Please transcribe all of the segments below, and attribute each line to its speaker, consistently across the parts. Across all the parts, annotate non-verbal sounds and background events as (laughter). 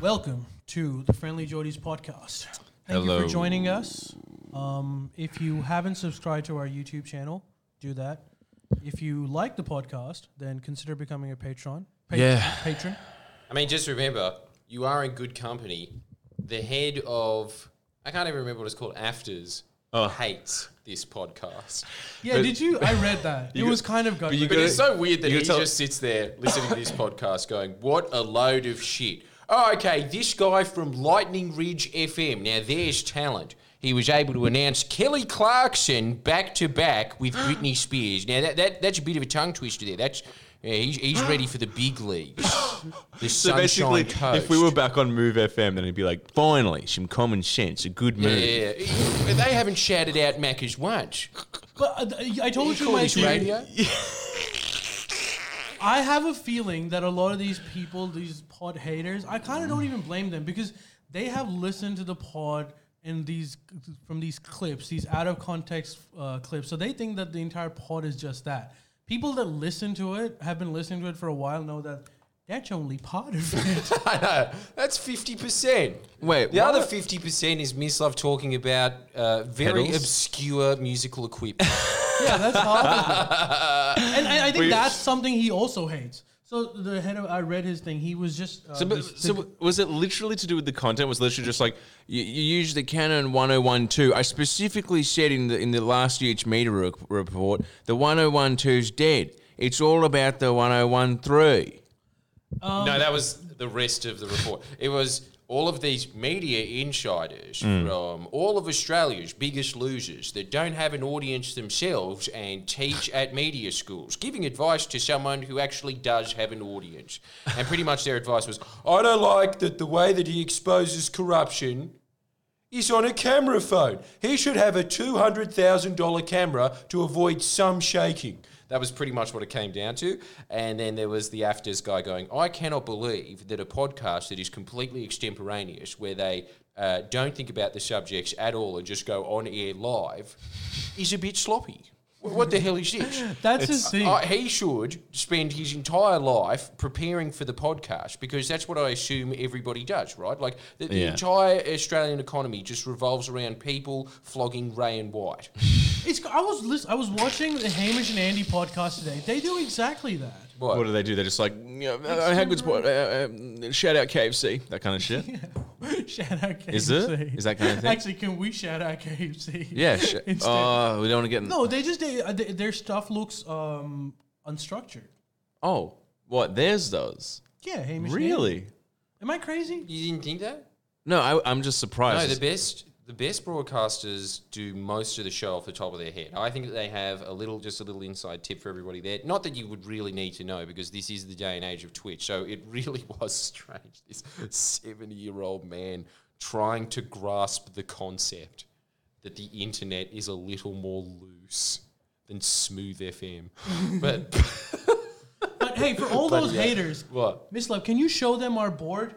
Speaker 1: Welcome to the Friendly Jody's podcast. Thank you
Speaker 2: Hello.
Speaker 1: for joining us. Um, if you haven't subscribed to our YouTube channel, do that. If you like the podcast, then consider becoming a patron. Pa-
Speaker 2: Yeah.
Speaker 1: Patron.
Speaker 3: I mean, just remember, you are in good company. The head of, I can't even remember what it's called, Afters,
Speaker 2: Oh.
Speaker 3: hates
Speaker 2: (laughs)
Speaker 3: this podcast.
Speaker 1: Yeah,
Speaker 2: But-
Speaker 1: did you? I read that. it
Speaker 2: You-
Speaker 1: was kind of gut.
Speaker 2: you
Speaker 3: But
Speaker 2: gotta-
Speaker 3: it's so weird that
Speaker 2: you
Speaker 3: he
Speaker 2: gotta tell-
Speaker 3: just sits there listening to
Speaker 2: (laughs)
Speaker 3: this podcast going, what a load of shit. Oh, okay, this guy from Lightning Ridge FM. Now, there's talent. He was able to announce Kelly Clarkson back to back with Britney
Speaker 2: (gasps)
Speaker 3: Spears. Now, that, that that's a bit of a tongue twister there. That's. Yeah, he's, he's ready for the big
Speaker 2: (gasps)
Speaker 3: leagues. The
Speaker 2: So
Speaker 3: Sunshine
Speaker 2: basically,
Speaker 3: Coast.
Speaker 2: if we were back on Move FM, then it'd be like, finally, some common sense, a good move.
Speaker 3: Yeah, they haven't shouted out Macca's once.
Speaker 1: but uh, I
Speaker 3: You
Speaker 1: told you
Speaker 3: call
Speaker 1: my
Speaker 3: this (laughs) radio?
Speaker 1: I have a feeling that a lot of these people, these pod haters, I kind of don't even blame them because they have listened to the pod in these from these clips, these out of context uh, clips. So they think that the entire pod is just that. People that listen to it have been listening to it for a while know that that's only part of
Speaker 2: (laughs)
Speaker 1: it.
Speaker 3: I know. That's fifty percent.
Speaker 2: Wait,
Speaker 3: the other
Speaker 2: what?
Speaker 3: fifty percent is Miss Love talking about uh, very
Speaker 2: Pedals?
Speaker 3: obscure musical equipment.
Speaker 1: yeah, that's half of it. And I, I think
Speaker 2: We-
Speaker 1: that's something he also hates. So the head of I read his thing. He was just uh,
Speaker 2: So, but,
Speaker 1: this-
Speaker 2: so w- was it literally to do with the content? Was it literally just like you, you use the Canon 1012? I specifically said in the in the last year's meter re- report, the 1012's dead. It's all about the 1013.
Speaker 3: no, that was the rest of the report. It was all of these media insiders from all of Australia's biggest losers that don't have an audience themselves and teach at media schools, giving advice to someone who actually does have an audience. And pretty much their advice was, I don't like that the way that he exposes corruption is on a camera phone. He should have a $200,000 camera to avoid some shaking. That was pretty much what it came down to. And then there was the afters guy going, I cannot believe that a podcast that is completely extemporaneous, where they uh, don't think about the subjects at all and just go on air live, is a bit sloppy. Wh- What the hell is this?
Speaker 1: that's his thing.
Speaker 3: I, he should spend his entire life preparing for the podcast because that's what I assume everybody does, right? Like the, the
Speaker 2: Yeah.
Speaker 3: entire Australian economy just revolves around people flogging Ray and White.
Speaker 1: It's. I was listen, I was watching the Hamish and Andy podcast today. They do exactly that.
Speaker 3: What?
Speaker 2: What do they do? They're just like, yeah, uh, how good's what? Uh, uh, shout out KFC, that kind of shit. (laughs)
Speaker 1: (laughs) shout out KFC.
Speaker 2: Is it? Is that kind of thing?
Speaker 1: Actually, can we shout out KFC?
Speaker 2: Yeah. Sh-
Speaker 1: (laughs) Instead.
Speaker 2: oh, we don't want to get. In-
Speaker 1: no, they just they, uh, they, their stuff looks um unstructured.
Speaker 2: Oh, what theirs does?
Speaker 1: Yeah, Hamish. and Andy.
Speaker 2: Really?
Speaker 1: Am I crazy?
Speaker 3: you didn't think that?
Speaker 2: No, I, I'm just surprised.
Speaker 3: No, the best the best broadcasters do most of the show off the top of their head. I think that they have a little just a little inside tip for everybody there. Not that you would really need to know because this is the day and age of Twitch. So it really (laughs) was strange this 70-year-old man trying to grasp the concept that the internet is a little more loose than smooth
Speaker 1: (laughs)
Speaker 3: FM. but
Speaker 1: But hey, for all those haters,
Speaker 3: what?
Speaker 1: Miss Love, can you show them our board?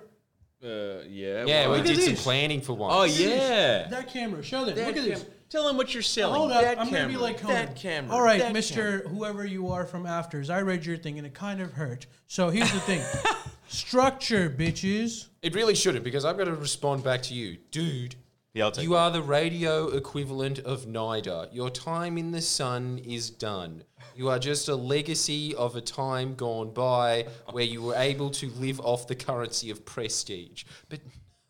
Speaker 2: Uh, yeah.
Speaker 3: Yeah, we
Speaker 1: at
Speaker 3: did some
Speaker 1: this.
Speaker 3: planning for once.
Speaker 2: Oh yeah.
Speaker 1: That camera. Show them. Look at this.
Speaker 2: Tell them what you're selling.
Speaker 1: Hold up. I'm going to be like Conan.
Speaker 2: that camera.
Speaker 1: All right,
Speaker 2: that
Speaker 1: Mr. Whoever you are from Afters, I read your thing and it kind of hurt. So here's the (laughs) thing structure, bitches.
Speaker 3: It really shouldn't because I've got to respond back to you. Dude,
Speaker 2: Yeah, I'll take
Speaker 3: you are the radio equivalent of NIDA. Your time in the sun is done. You are just a legacy of a time gone by where you were able to live off the currency of prestige. But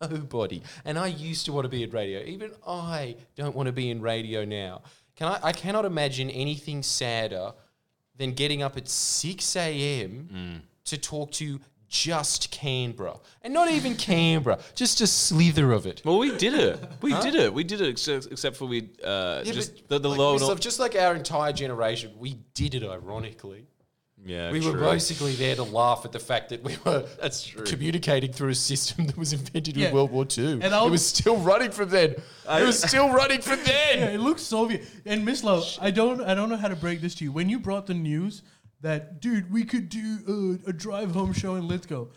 Speaker 3: nobody, and I used to want to be in radio, even I don't want to be in radio now. Can I, I cannot imagine anything sadder than getting up at 6 a.m. to talk to just Canberra. And not even Canberra, just a slither of it.
Speaker 2: Well, we did it. We did it. We did it. Except, except for we uh,
Speaker 3: Yeah,
Speaker 2: just the,
Speaker 3: but
Speaker 2: the
Speaker 3: like
Speaker 2: low.
Speaker 3: we
Speaker 2: and all-
Speaker 3: sort of- just like our entire generation, we did it ironically.
Speaker 2: yeah,
Speaker 3: We were
Speaker 2: true.
Speaker 3: basically there to laugh at the fact that we were
Speaker 2: That's true.
Speaker 3: communicating through a system that was invented
Speaker 1: Yeah.
Speaker 3: in World War II.
Speaker 1: And I'll-
Speaker 3: it was still running from then. it was still running from
Speaker 1: Yeah, (laughs)
Speaker 3: then.
Speaker 1: it looks Soviet. And Miss Love, I don't, I don't know how to break this to you. When you brought the news that, dude, we could do uh, a drive home show in Lithgow,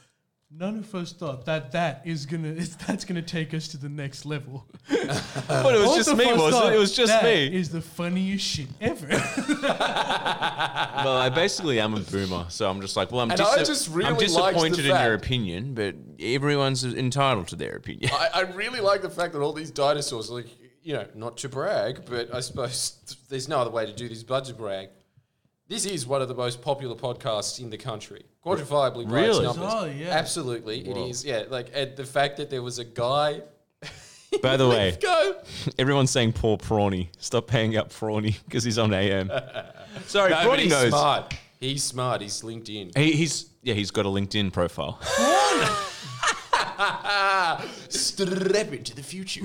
Speaker 1: none of us thought that that is gonna (laughs) is, that's gonna take us to the next level.
Speaker 2: But it was
Speaker 1: Both
Speaker 2: just
Speaker 1: of
Speaker 2: me,
Speaker 1: us
Speaker 2: wasn't
Speaker 1: thought,
Speaker 2: it? It was just
Speaker 1: "That
Speaker 2: me.
Speaker 1: Is the funniest shit ever.
Speaker 2: Well, I basically am a boomer, so I'm just like, well, I'm,
Speaker 3: And I
Speaker 2: disa-
Speaker 3: just really
Speaker 2: I'm
Speaker 3: liked the
Speaker 2: disappointed in your
Speaker 3: fact-
Speaker 2: opinion, but everyone's entitled to their opinion. (laughs)
Speaker 3: I, I really like the fact that all these dinosaurs, like, you know, not to brag, but I suppose there's no other way to do this but to brag. This is one of the most popular podcasts in the country, quantifiably by its
Speaker 2: Really?
Speaker 3: numbers.
Speaker 1: Oh, yeah.
Speaker 3: Absolutely, it is. Yeah, like and the fact that there was a guy.
Speaker 2: By the
Speaker 3: (laughs)
Speaker 2: way,
Speaker 3: Go.
Speaker 2: everyone's saying poor Prawny. Stop paying up Prawny because he's on AM. Sorry,
Speaker 3: No,
Speaker 2: Prawny
Speaker 3: but he's
Speaker 2: knows.
Speaker 3: smart. He's smart. He's LinkedIn.
Speaker 2: He, he's yeah, he's got a LinkedIn profile.
Speaker 3: Step Ah, into the future.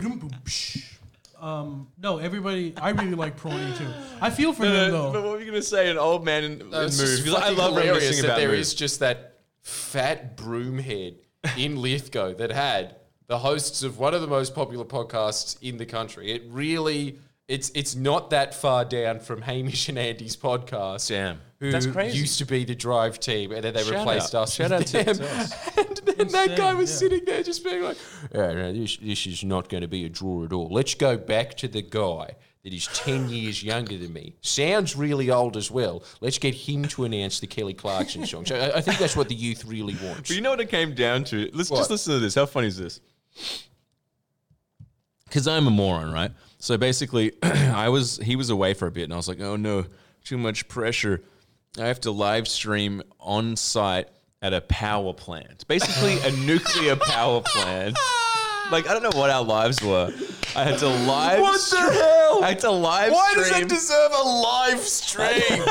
Speaker 1: um, no, everybody. I really like Prawny too. I feel for him though.
Speaker 2: what were you gonna say? An old man in, in moves?
Speaker 3: It's just
Speaker 2: Because I
Speaker 3: fucking
Speaker 2: love
Speaker 3: hilarious
Speaker 2: reminiscing
Speaker 3: that
Speaker 2: about
Speaker 3: there is
Speaker 2: moves.
Speaker 3: just that fat broom head
Speaker 2: (laughs)
Speaker 3: in Lithgow that had the hosts of one of the most popular podcasts in the country. It really, it's it's not that far down from Hamish and Andy's podcast.
Speaker 2: Damn.
Speaker 3: who
Speaker 2: That's crazy.
Speaker 3: used to be the drive team, and then they
Speaker 2: Shout
Speaker 3: replaced
Speaker 2: out.
Speaker 3: us.
Speaker 2: Shout
Speaker 3: with
Speaker 2: out to
Speaker 3: them.
Speaker 2: us.
Speaker 3: (laughs) and then that guy
Speaker 1: Insane,
Speaker 3: was
Speaker 1: yeah.
Speaker 3: sitting there just being like, "Yeah, no, this, this is not going to be a draw at all. Let's go back to the guy that is 10 years younger than me. Sounds really old as well. Let's get him to announce the Kelly Clarkson song. So I, I think that's what the youth really wants.
Speaker 2: But you know what it came down to? Let's
Speaker 3: What?
Speaker 2: just listen to this. How funny is this? Because I'm a moron, right? So basically, (clears throat) I was he was away for a bit, and I was like, oh no, too much pressure. I have to live stream on site at a power plant, basically
Speaker 3: (laughs)
Speaker 2: a nuclear power plant. Like I don't know what our lives were. I had to live.
Speaker 3: What the
Speaker 2: stream-
Speaker 3: hell?
Speaker 2: I had to live
Speaker 3: Why
Speaker 2: stream.
Speaker 3: does that deserve a
Speaker 2: (laughs)
Speaker 3: live stream?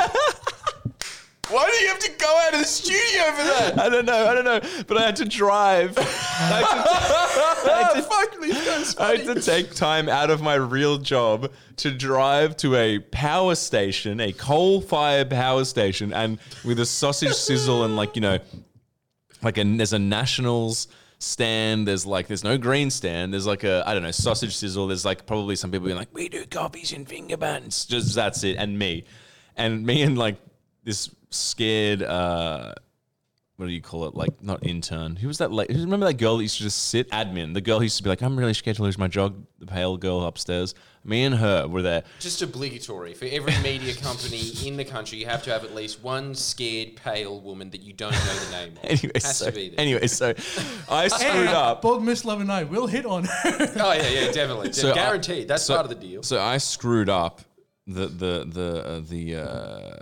Speaker 3: Why do you have to go out of the studio for that?
Speaker 2: I don't know. I don't know. But I had to drive. I had to, I had to-
Speaker 3: (laughs) Fuck, Lithgow's
Speaker 2: I
Speaker 3: funny.
Speaker 2: had to take time out of my real job to drive to a power station, a coal fired power station, and with a sausage sizzle and like, you know, like a, there's a nationals stand, there's like, there's no green stand, there's like a, I don't know, sausage sizzle, there's like probably some people being like, we do coffees and finger bands, just that's it, and me. And me and like this scared, uh, what do you call it? Like not intern. Who was that? Like, remember that girl that used to just sit admin? The girl who used to be like, "I'm really scared to lose my job." The pale girl upstairs. Me and her were there. (laughs)
Speaker 3: Just obligatory for every media company in the country, you have to have at least one scared pale woman that you don't know the name of.
Speaker 2: Anyway,
Speaker 3: Has
Speaker 2: so,
Speaker 3: to be there.
Speaker 2: anyway, so
Speaker 3: (laughs)
Speaker 2: I screwed
Speaker 1: Hey,
Speaker 2: up.
Speaker 1: Both Miss Love and I will hit on (laughs) her.
Speaker 3: Oh yeah, yeah, definitely,
Speaker 2: So I-
Speaker 3: guaranteed. That's
Speaker 2: so-
Speaker 3: part of
Speaker 2: (laughs)
Speaker 3: the deal.
Speaker 2: So I screwed up the the the uh, the uh,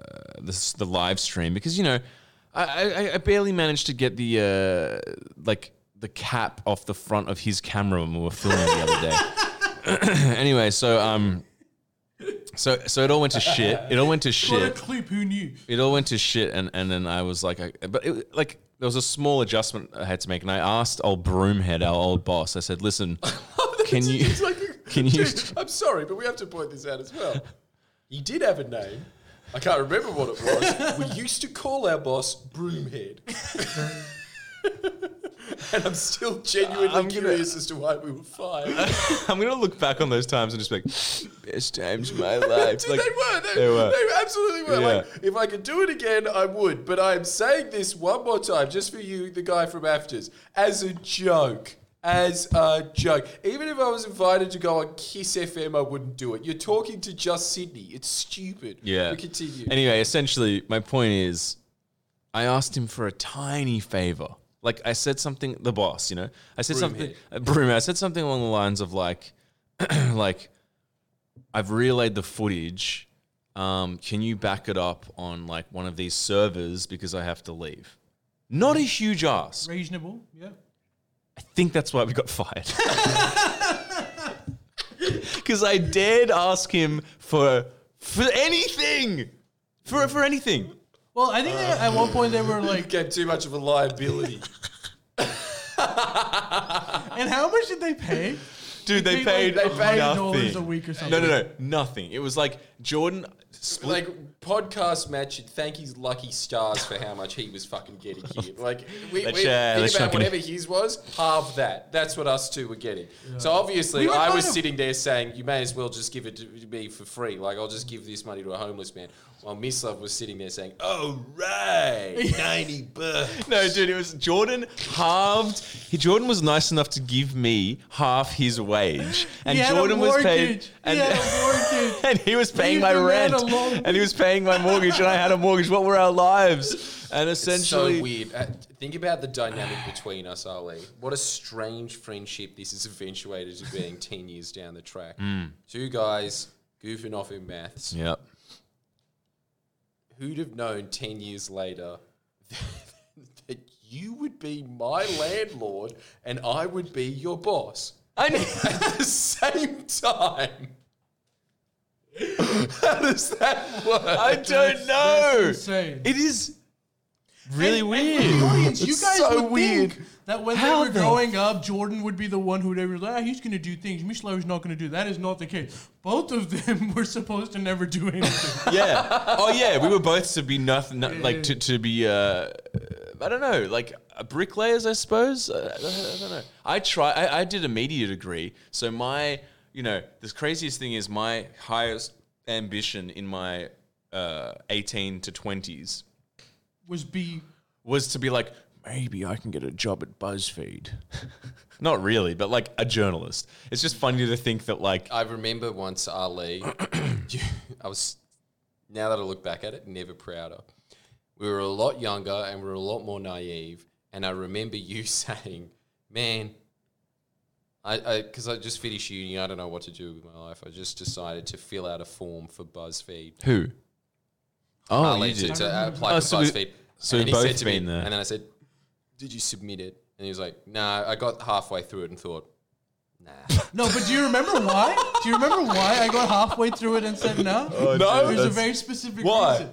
Speaker 2: this, the live stream because you know I, I, I barely managed to get the uh, like the cap off the front of his camera when we were filming the other day. (coughs) anyway, so um, so so it all went to shit. It all went to
Speaker 1: What a
Speaker 2: shit
Speaker 1: clip! Who knew?
Speaker 2: it all went to shit, and, and then I was like, I, but it, like there was a small adjustment I had to make, and I asked old Broomhead, our old boss, I said, listen,
Speaker 3: Oh,
Speaker 2: can you
Speaker 3: It's like,
Speaker 2: (laughs) can you
Speaker 3: (laughs) dude, I'm sorry, but we have to point this out as well. He did have a name. I can't remember what it was. we used to call our boss Broomhead. (laughs) and I'm still genuinely
Speaker 2: I'm gonna-
Speaker 3: curious as to why we were fired. Dude,
Speaker 2: (laughs) I'm gonna look back on those times and just be like, best times of my life. Like,
Speaker 3: (laughs) they were. They,
Speaker 2: they were.
Speaker 3: they absolutely were. Like,
Speaker 2: Yeah.
Speaker 3: if I could do it again, I would. But I'm saying this one more time, just for you, the guy from Afters, as a joke. As a joke. Even if I was invited to go on Kiss FM, I wouldn't do it. You're talking to just Sydney. It's stupid.
Speaker 2: Yeah.
Speaker 3: We continue.
Speaker 2: Anyway, essentially, my point is, I asked him for a tiny favor. Like I said something, the boss, you know, I said something, uh, Broomhead. I said something along the lines of like, (clears throat) like, I've relayed the footage. Um, can you back it up on like one of these servers because I have to leave? Not a huge ask.
Speaker 1: Reasonable. Yeah.
Speaker 2: I think that's why we got fired. Because I dared ask him for for anything, for for anything.
Speaker 1: Well, I think they, at one point they were
Speaker 2: (laughs)
Speaker 1: like,
Speaker 3: became too much of a liability.
Speaker 1: and how much did they pay?
Speaker 2: Dude, they
Speaker 1: They paid
Speaker 2: paid,
Speaker 1: like
Speaker 2: they
Speaker 1: $5
Speaker 2: nothing.
Speaker 1: a week or
Speaker 2: No,
Speaker 1: something.
Speaker 2: no, no, nothing. It was like Jordan.
Speaker 3: Like podcast match should thank his lucky stars for how much he was fucking getting here. Like we,
Speaker 2: Let's,
Speaker 3: we
Speaker 2: uh,
Speaker 3: think
Speaker 2: let's
Speaker 3: about
Speaker 2: not get-
Speaker 3: whatever his was, half that. That's what us two were getting. So obviously,
Speaker 1: We were
Speaker 3: I
Speaker 1: kind
Speaker 3: was
Speaker 1: of-
Speaker 3: sitting there saying, "You may as well just give it to me for free. Like I'll just give this money to a homeless man." While Miss Love was sitting there saying, "Oh right, ninety bucks."
Speaker 2: No, dude, it was Jordan halved. He, Jordan was nice enough to give me half his wage, and
Speaker 1: He had a
Speaker 2: Jordan was paid,
Speaker 1: mortgage.
Speaker 2: and,
Speaker 1: he had a mortgage.
Speaker 2: and he was paying
Speaker 1: Leave
Speaker 2: my
Speaker 1: the man
Speaker 2: rent,
Speaker 1: alone.
Speaker 2: and he was paying my mortgage, and I had a mortgage. What were our lives? And essentially,
Speaker 3: so weird. Uh, think about the dynamic between us, Ali. What a strange friendship this has eventuated to being 10 years down the track. Two guys goofing off in maths.
Speaker 2: yep.
Speaker 3: Who'd have known 10 years later (laughs) that you would be my landlord and I would be your boss
Speaker 2: I know.
Speaker 3: (laughs) at the same time? How does that work?
Speaker 2: I don't know.
Speaker 1: Insane.
Speaker 2: It is (laughs) really
Speaker 1: And- and
Speaker 2: weird.
Speaker 1: the audience, you
Speaker 2: It's
Speaker 1: guys
Speaker 2: so
Speaker 1: would
Speaker 2: weird.
Speaker 1: think that when
Speaker 2: How
Speaker 1: they were
Speaker 2: the-
Speaker 1: growing up, Jordan would be the one who they were like, "Ah, he's going to do things. Michelin is not going to do. That is not the case. Both of them (laughs) were supposed to never do anything.
Speaker 2: (laughs) yeah. Oh yeah, we were both to be nothing, no- like to, to be. Uh, I don't know, like uh, bricklayers, I suppose. Uh, I, don't, I don't know. I try. I, I did a media degree, so my, you know, the craziest thing is my highest ambition in my uh, eighteen to twenties
Speaker 1: was be
Speaker 2: was to be like, maybe I can get a job at BuzzFeed. (laughs) Not really, but like a journalist. It's just funny to think that like
Speaker 3: I remember once Ali. (coughs) you- I was now that I look back at it, never prouder. We were a lot younger and we were a lot more naive. And I remember (laughs) you saying, "Man, I because I, just finished uni, I don't know what to do with my life. I just decided to fill out a form for BuzzFeed.
Speaker 2: who? Oh,
Speaker 3: Ali
Speaker 2: you
Speaker 3: to,
Speaker 2: did.
Speaker 3: to
Speaker 1: I
Speaker 3: apply
Speaker 2: Oh,
Speaker 3: for
Speaker 2: so we-
Speaker 3: BuzzFeed.
Speaker 2: so
Speaker 3: And
Speaker 2: we've
Speaker 3: he said
Speaker 2: both
Speaker 3: to
Speaker 2: been
Speaker 3: me,
Speaker 2: there.
Speaker 3: And then I said, "Did you submit it?" And he was like, "No, I got halfway through it and thought." Nah.
Speaker 1: no." But do you remember why? do you remember why I got halfway through it and said no?
Speaker 2: No,
Speaker 1: there's a
Speaker 2: Oh, that's-
Speaker 1: very specific
Speaker 2: Why?
Speaker 1: reason.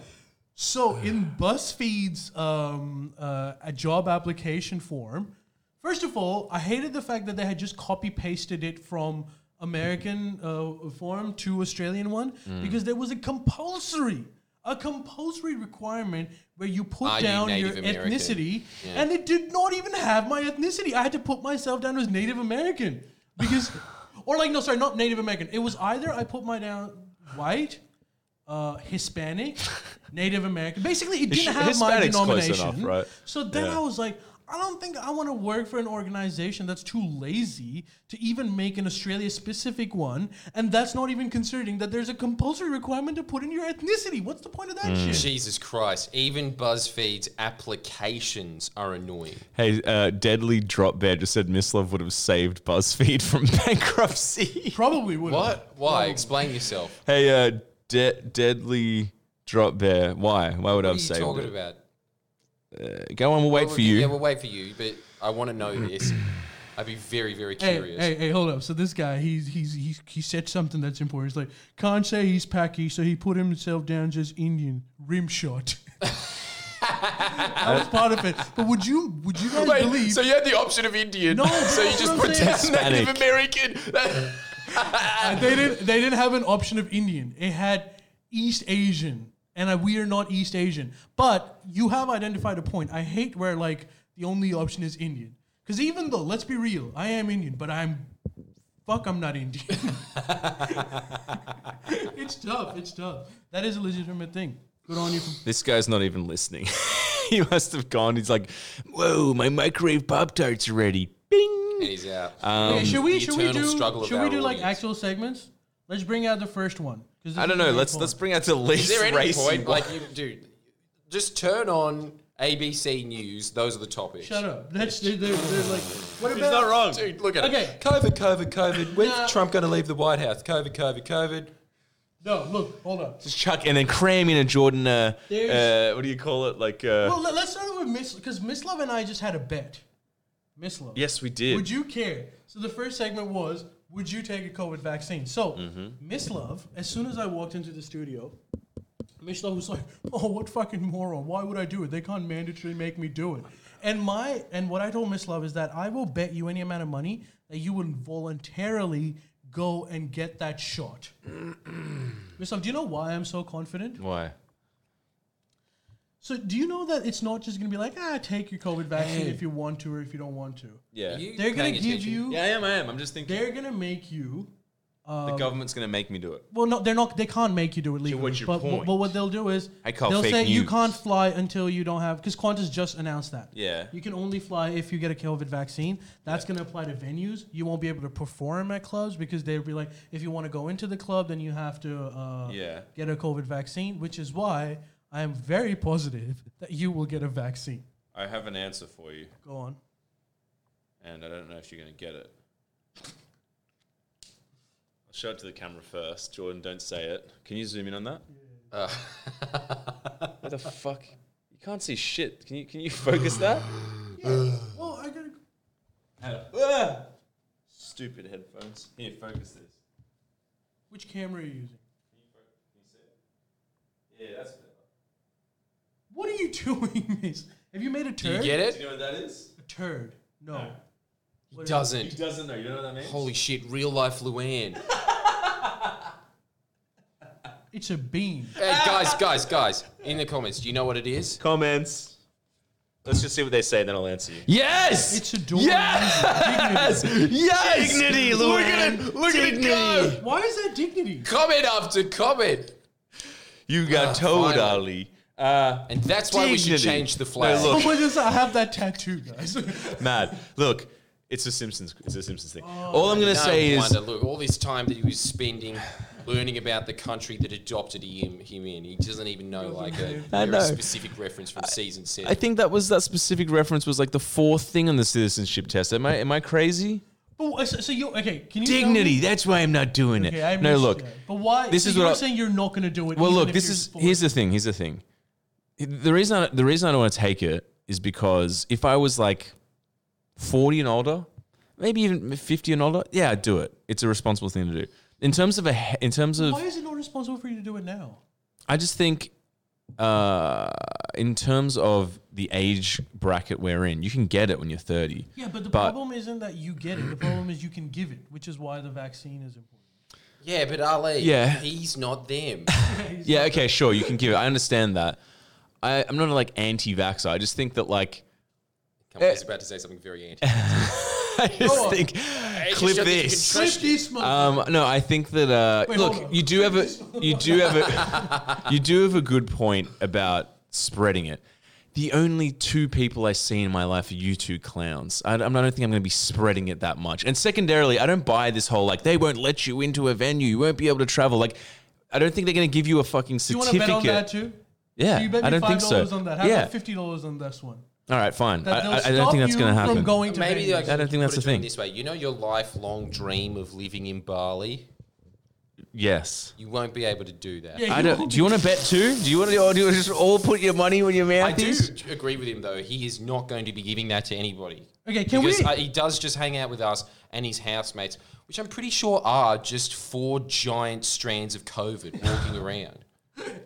Speaker 1: So in BuzzFeed's um, uh, a job application form, first of all, I hated the fact that they had just copy pasted it from American uh, form to Australian one
Speaker 3: Mm.
Speaker 1: because there was a compulsory, a compulsory requirement where you put
Speaker 3: Are you
Speaker 1: down your
Speaker 3: Native American?
Speaker 1: ethnicity, and it did not even have my ethnicity. I had to put myself down as Native American
Speaker 3: (laughs)
Speaker 1: because, or like no, sorry, not Native American. It was either I put my down white uh,
Speaker 2: (laughs)
Speaker 1: Hispanic, Native American. Basically, it didn't
Speaker 2: should-
Speaker 1: have my
Speaker 2: Hispanic's close enough,
Speaker 1: denomination.
Speaker 2: right?
Speaker 1: So then
Speaker 2: Yeah.
Speaker 1: I was like, I don't think I want to work for an organization that's too lazy to even make an Australia specific one, and that's not even considering that there's a compulsory requirement to put in your ethnicity. What's the point of that
Speaker 2: Mm.
Speaker 1: shit?
Speaker 3: Jesus Christ, even BuzzFeed's applications are annoying.
Speaker 2: Hey, uh, Deadly Drop Bear just said Miss Love would have saved BuzzFeed (laughs) from bankruptcy.
Speaker 1: Probably would.
Speaker 3: What? Why? Explain yourself.
Speaker 2: hey, uh, De- Deadly Drop Bear, why? Why would I
Speaker 3: What
Speaker 2: have
Speaker 3: are you
Speaker 2: saved
Speaker 3: talking
Speaker 2: it?
Speaker 3: about?
Speaker 2: Go on, we'll wait for you.
Speaker 3: Yeah, we'll wait for you, but I want
Speaker 1: (clears throat)
Speaker 3: to know this. I'd be very, very
Speaker 1: Hey,
Speaker 3: curious.
Speaker 1: hey, hey, hold up. So this guy, he's he's he's he said something that's important. He's like, can't say he's Paki, so he put himself down as Indian rim shot. (laughs) that was part of it. But would you would you guys believe
Speaker 3: you had the option of Indian, (laughs)
Speaker 1: No, so you that's just what I'm put saying.
Speaker 2: Hispanic.
Speaker 3: American.
Speaker 1: (laughs) And they didn't they didn't have an option of Indian. It had East Asian, and I, we are not East Asian. But you have identified a point. I hate where like the only option is Indian. Because even though, let's be real, I am Indian, but I'm fuck, I'm not Indian. (laughs) it's tough. It's tough. That is a legitimate thing. Good on you. For,
Speaker 2: This guy's not even listening. (laughs) he must have gone. He's like, whoa, my microwave Pop Tarts are ready. Bing.
Speaker 3: and he's out.
Speaker 1: okay, should we
Speaker 3: the
Speaker 1: should we
Speaker 3: Um, eternal
Speaker 1: do
Speaker 3: struggle of
Speaker 1: should we
Speaker 3: our
Speaker 1: do like
Speaker 3: audience.
Speaker 1: actual segments? Let's bring out the first one. 'cause this
Speaker 2: I don't
Speaker 1: is
Speaker 2: know.
Speaker 1: very
Speaker 2: Let's
Speaker 1: fun.
Speaker 2: let's bring out the least
Speaker 3: Is there any
Speaker 2: racy
Speaker 3: point?
Speaker 2: one.
Speaker 3: Like, you, dude, just turn on ABC News. Those are the topics.
Speaker 1: shut up. Let's they're, they're, they're like what about
Speaker 2: wrong.
Speaker 3: Dude, look at
Speaker 1: Okay.
Speaker 3: it. COVID, COVID, COVID. When's
Speaker 1: Nah.
Speaker 3: Trump going to leave the White House? COVID, COVID, COVID.
Speaker 1: No, look, hold on.
Speaker 2: Just chuck and then cram in a Jordan. Uh,
Speaker 1: There's-
Speaker 2: uh, what do you call it? Like, uh,
Speaker 1: Well, let, us start with Miss because Miss Love and I just had a bet. Miss Love,
Speaker 2: yes, we did.
Speaker 1: would you care? So the first segment was, would you take a COVID vaccine? So Miss Love, as soon as I walked into the studio, Miss Love was like, (laughs) "Oh, what fucking moron! Why would I do it? They can't mandatorily make me do it." And my and what I told Miss Love is that I will bet you any amount of money that you would voluntarily go and get that shot. (clears throat) Miroslav, do you know why I'm so confident?
Speaker 2: Why?
Speaker 1: So do you know that it's not just going to be like, ah, take your COVID vaccine if you want to or if you don't want to.
Speaker 2: Yeah.
Speaker 3: Are you
Speaker 1: They're going
Speaker 3: paying
Speaker 1: to give
Speaker 3: attention?
Speaker 1: you.
Speaker 2: yeah, I am. I am. I'm just thinking
Speaker 1: They're going to make you.
Speaker 2: the government's going to make me do it.
Speaker 1: Well, no, they're not. They can't make you do it legally.
Speaker 2: what's your
Speaker 1: but, but-
Speaker 2: point?
Speaker 1: But, what they'll do is
Speaker 2: I call
Speaker 1: they'll
Speaker 2: fake
Speaker 1: say you
Speaker 2: news.
Speaker 1: can't fly until you don't have because Qantas just announced that.
Speaker 2: Yeah.
Speaker 1: You can only fly if you get a COVID vaccine. That's going to apply to venues. You won't be able to perform at clubs because they'll be like, if you want to go into the club, then you have to uh,
Speaker 2: Yeah.
Speaker 1: get a COVID vaccine, which is why I am very positive that you will get a vaccine.
Speaker 2: I have an answer for you,
Speaker 1: Go on.
Speaker 2: and I don't know if you're going to get it. I'll show it to the camera first. Jordan, don't say it. Can you zoom in on that? (laughs) what the fuck? You can't see shit. Can you can you focus that?
Speaker 1: Well, I gotta.
Speaker 2: Ah! Stupid headphones. Here, focus this.
Speaker 1: Which camera are you using?
Speaker 2: Yeah, that's better.
Speaker 1: What are you (laughs) doing, Miss? Have you made a
Speaker 3: Do
Speaker 1: turd?
Speaker 3: you get
Speaker 2: Do
Speaker 3: it?
Speaker 2: you know what that is?
Speaker 1: A turd. no.
Speaker 3: He
Speaker 2: He
Speaker 3: doesn't.
Speaker 2: doesn't know. You don't know what that means?
Speaker 3: Holy shit, real life Luann.
Speaker 1: It's a bean.
Speaker 3: hey, guys, guys, guys, in the comments, do you know what it is?
Speaker 2: Comments. Let's just see what they say, then I'll answer you.
Speaker 3: Yes!
Speaker 1: It's a door. Yes!
Speaker 3: Yes!
Speaker 2: Dignity,
Speaker 3: Look at
Speaker 2: Luann.
Speaker 3: it! Look at it go!
Speaker 1: Why is that dignity? (laughs)
Speaker 3: Comment after comment.
Speaker 2: You got
Speaker 3: Ah,
Speaker 2: told, Ali.
Speaker 3: finally.
Speaker 2: Uh,
Speaker 3: And that's why we should
Speaker 2: Dignity.
Speaker 3: change the flag.
Speaker 2: No, look.
Speaker 1: Someone just I have that tattoo, guys. (laughs)
Speaker 2: mad. Look, it's a Simpsons. It's a Simpsons thing. All I'm gonna
Speaker 3: No
Speaker 2: say is,
Speaker 3: wonder, look, all this time that he was spending learning about the country that adopted him, him in, he doesn't even know like a very
Speaker 2: know.
Speaker 3: specific reference from season seven.
Speaker 2: I think that was that specific reference was like the fourth thing on the citizenship test. Am I am I crazy?
Speaker 1: but, wh- so, so you okay? Can you tell
Speaker 2: Dignity.
Speaker 1: me-
Speaker 2: That's why I'm not doing
Speaker 1: Okay, I
Speaker 2: it. No,
Speaker 1: missed
Speaker 2: look.
Speaker 1: that. But why?
Speaker 2: this
Speaker 1: so
Speaker 2: is
Speaker 1: you
Speaker 2: what
Speaker 1: were
Speaker 2: I-
Speaker 1: saying you're not going to do it.
Speaker 2: Well,
Speaker 1: even
Speaker 2: look.
Speaker 1: if
Speaker 2: This
Speaker 1: you're
Speaker 2: is
Speaker 1: forced.
Speaker 2: here's the thing. Here's the thing. The reason I, the reason I don't want to take it is because if I was like forty and older, maybe even fifty and older, yeah, I'd do it. It's a responsible thing to do. In terms of a he- in terms of
Speaker 1: Why is it not responsible for you to do it now?
Speaker 2: I just think, uh, in terms of the age bracket we're in, you can get it when you're 30.
Speaker 1: Yeah, but the
Speaker 2: But-
Speaker 1: problem isn't that you get it. The problem is you can give it, which is why the vaccine is important.
Speaker 3: yeah, but Ali,
Speaker 2: Yeah.
Speaker 3: he's
Speaker 2: (laughs)
Speaker 3: not them.
Speaker 2: Yeah, okay, sure, you can give it. I understand that. I, I'm not like anti-vaxxer. I just think that like (laughs)
Speaker 3: Come on, I was about to say something very anti.
Speaker 2: I just
Speaker 1: on.
Speaker 2: think clip
Speaker 3: just-
Speaker 2: this.
Speaker 3: Trash
Speaker 1: Clip these mother-
Speaker 2: Um, no, I think that uh,
Speaker 1: Wait, hold
Speaker 2: look,
Speaker 1: on.
Speaker 2: you do have a you do have a (laughs) you do have a good point about spreading it. The only two people I see in my life are you two clowns. I, I don't think I'm going to be spreading it that much. And secondarily, I don't buy this whole like they won't let you into a venue, you won't be able to travel. Like, I don't think they're going to give you a fucking
Speaker 1: you
Speaker 2: certificate.
Speaker 1: want to bet on that too?
Speaker 2: Yeah,
Speaker 1: you bet me
Speaker 2: I don't
Speaker 1: five
Speaker 2: think so.
Speaker 1: dollars on that. How
Speaker 2: yeah,
Speaker 1: about fifty dollars on this one?
Speaker 2: all right, fine.
Speaker 1: That
Speaker 2: I,
Speaker 1: they'll
Speaker 2: I, I don't think that's
Speaker 1: stop you
Speaker 2: going to happen.
Speaker 1: From going to
Speaker 3: Maybe
Speaker 1: Vegas.
Speaker 3: like,
Speaker 2: I don't think
Speaker 3: put
Speaker 2: that's
Speaker 3: it
Speaker 2: the
Speaker 3: to him
Speaker 2: thing.
Speaker 3: This way, you know your lifelong dream of living in Bali,
Speaker 1: (laughs)
Speaker 2: yes.
Speaker 3: you won't be able to do that.
Speaker 1: Yeah,
Speaker 2: I
Speaker 1: you
Speaker 2: don't.
Speaker 1: won't
Speaker 2: Do you
Speaker 1: be-
Speaker 2: want to bet too? Do you want to? Or do you wanna just all put your money where your mouth
Speaker 3: I do
Speaker 2: is?
Speaker 3: agree with him though. He is not going to be giving that to anybody.
Speaker 1: Okay, can
Speaker 3: because
Speaker 1: we-
Speaker 3: uh, he does just hang out with us and his housemates, which I'm pretty sure are just four giant strands of
Speaker 1: (laughs)
Speaker 3: COVID walking around.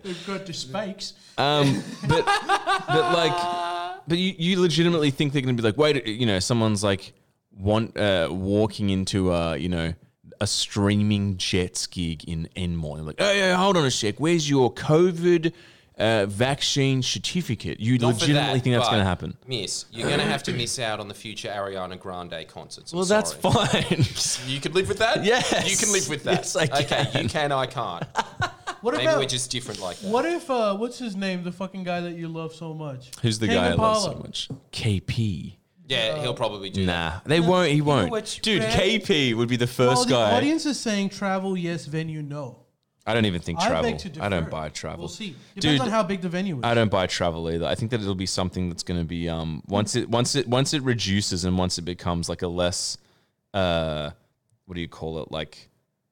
Speaker 1: They've got the spikes.
Speaker 2: Um, but but like, but you, you legitimately think they're going to be like, wait, you know, someone's like want uh, walking into a you know a streaming jets gig in Enmore. They're like, oh yeah, hold on a sec. Where's your COVID uh, vaccine certificate? You
Speaker 3: Not for
Speaker 2: legitimately
Speaker 3: that,
Speaker 2: think that's
Speaker 3: but
Speaker 2: going to happen?
Speaker 3: Miss, you're going to have
Speaker 1: (laughs)
Speaker 3: to miss out on the future Ariana Grande concerts. I'm
Speaker 2: Well, that's
Speaker 3: sorry.
Speaker 2: fine.
Speaker 3: You could live with that.
Speaker 2: Yes.
Speaker 3: you can live with that.
Speaker 2: Yes, I
Speaker 3: Okay, you can.
Speaker 2: (laughs)
Speaker 3: I can't.
Speaker 1: What
Speaker 3: Maybe
Speaker 1: about
Speaker 3: we're just different like that.
Speaker 1: What if uh, what's his name, the fucking guy that you love so much?
Speaker 2: (laughs) Who's the
Speaker 1: Tame
Speaker 2: guy I love so
Speaker 1: Impala.
Speaker 2: much? KP.
Speaker 3: Yeah, he'll probably do that.
Speaker 2: Nah, they won't. He won't.
Speaker 3: what you
Speaker 2: Dude,
Speaker 3: read?
Speaker 2: KP would be the
Speaker 1: Well,
Speaker 2: first
Speaker 1: the
Speaker 2: guy.
Speaker 1: audience is saying travel yes, venue no.
Speaker 2: I don't even think
Speaker 1: I
Speaker 2: travel.
Speaker 1: beg to differ.
Speaker 2: I don't buy travel.
Speaker 1: We'll see. Depends
Speaker 2: Dude,
Speaker 1: on how big the venue is.
Speaker 2: I don't buy travel either. I think that it'll be something that's going to be um once it once it once it reduces and once it becomes like a less uh what do you call it like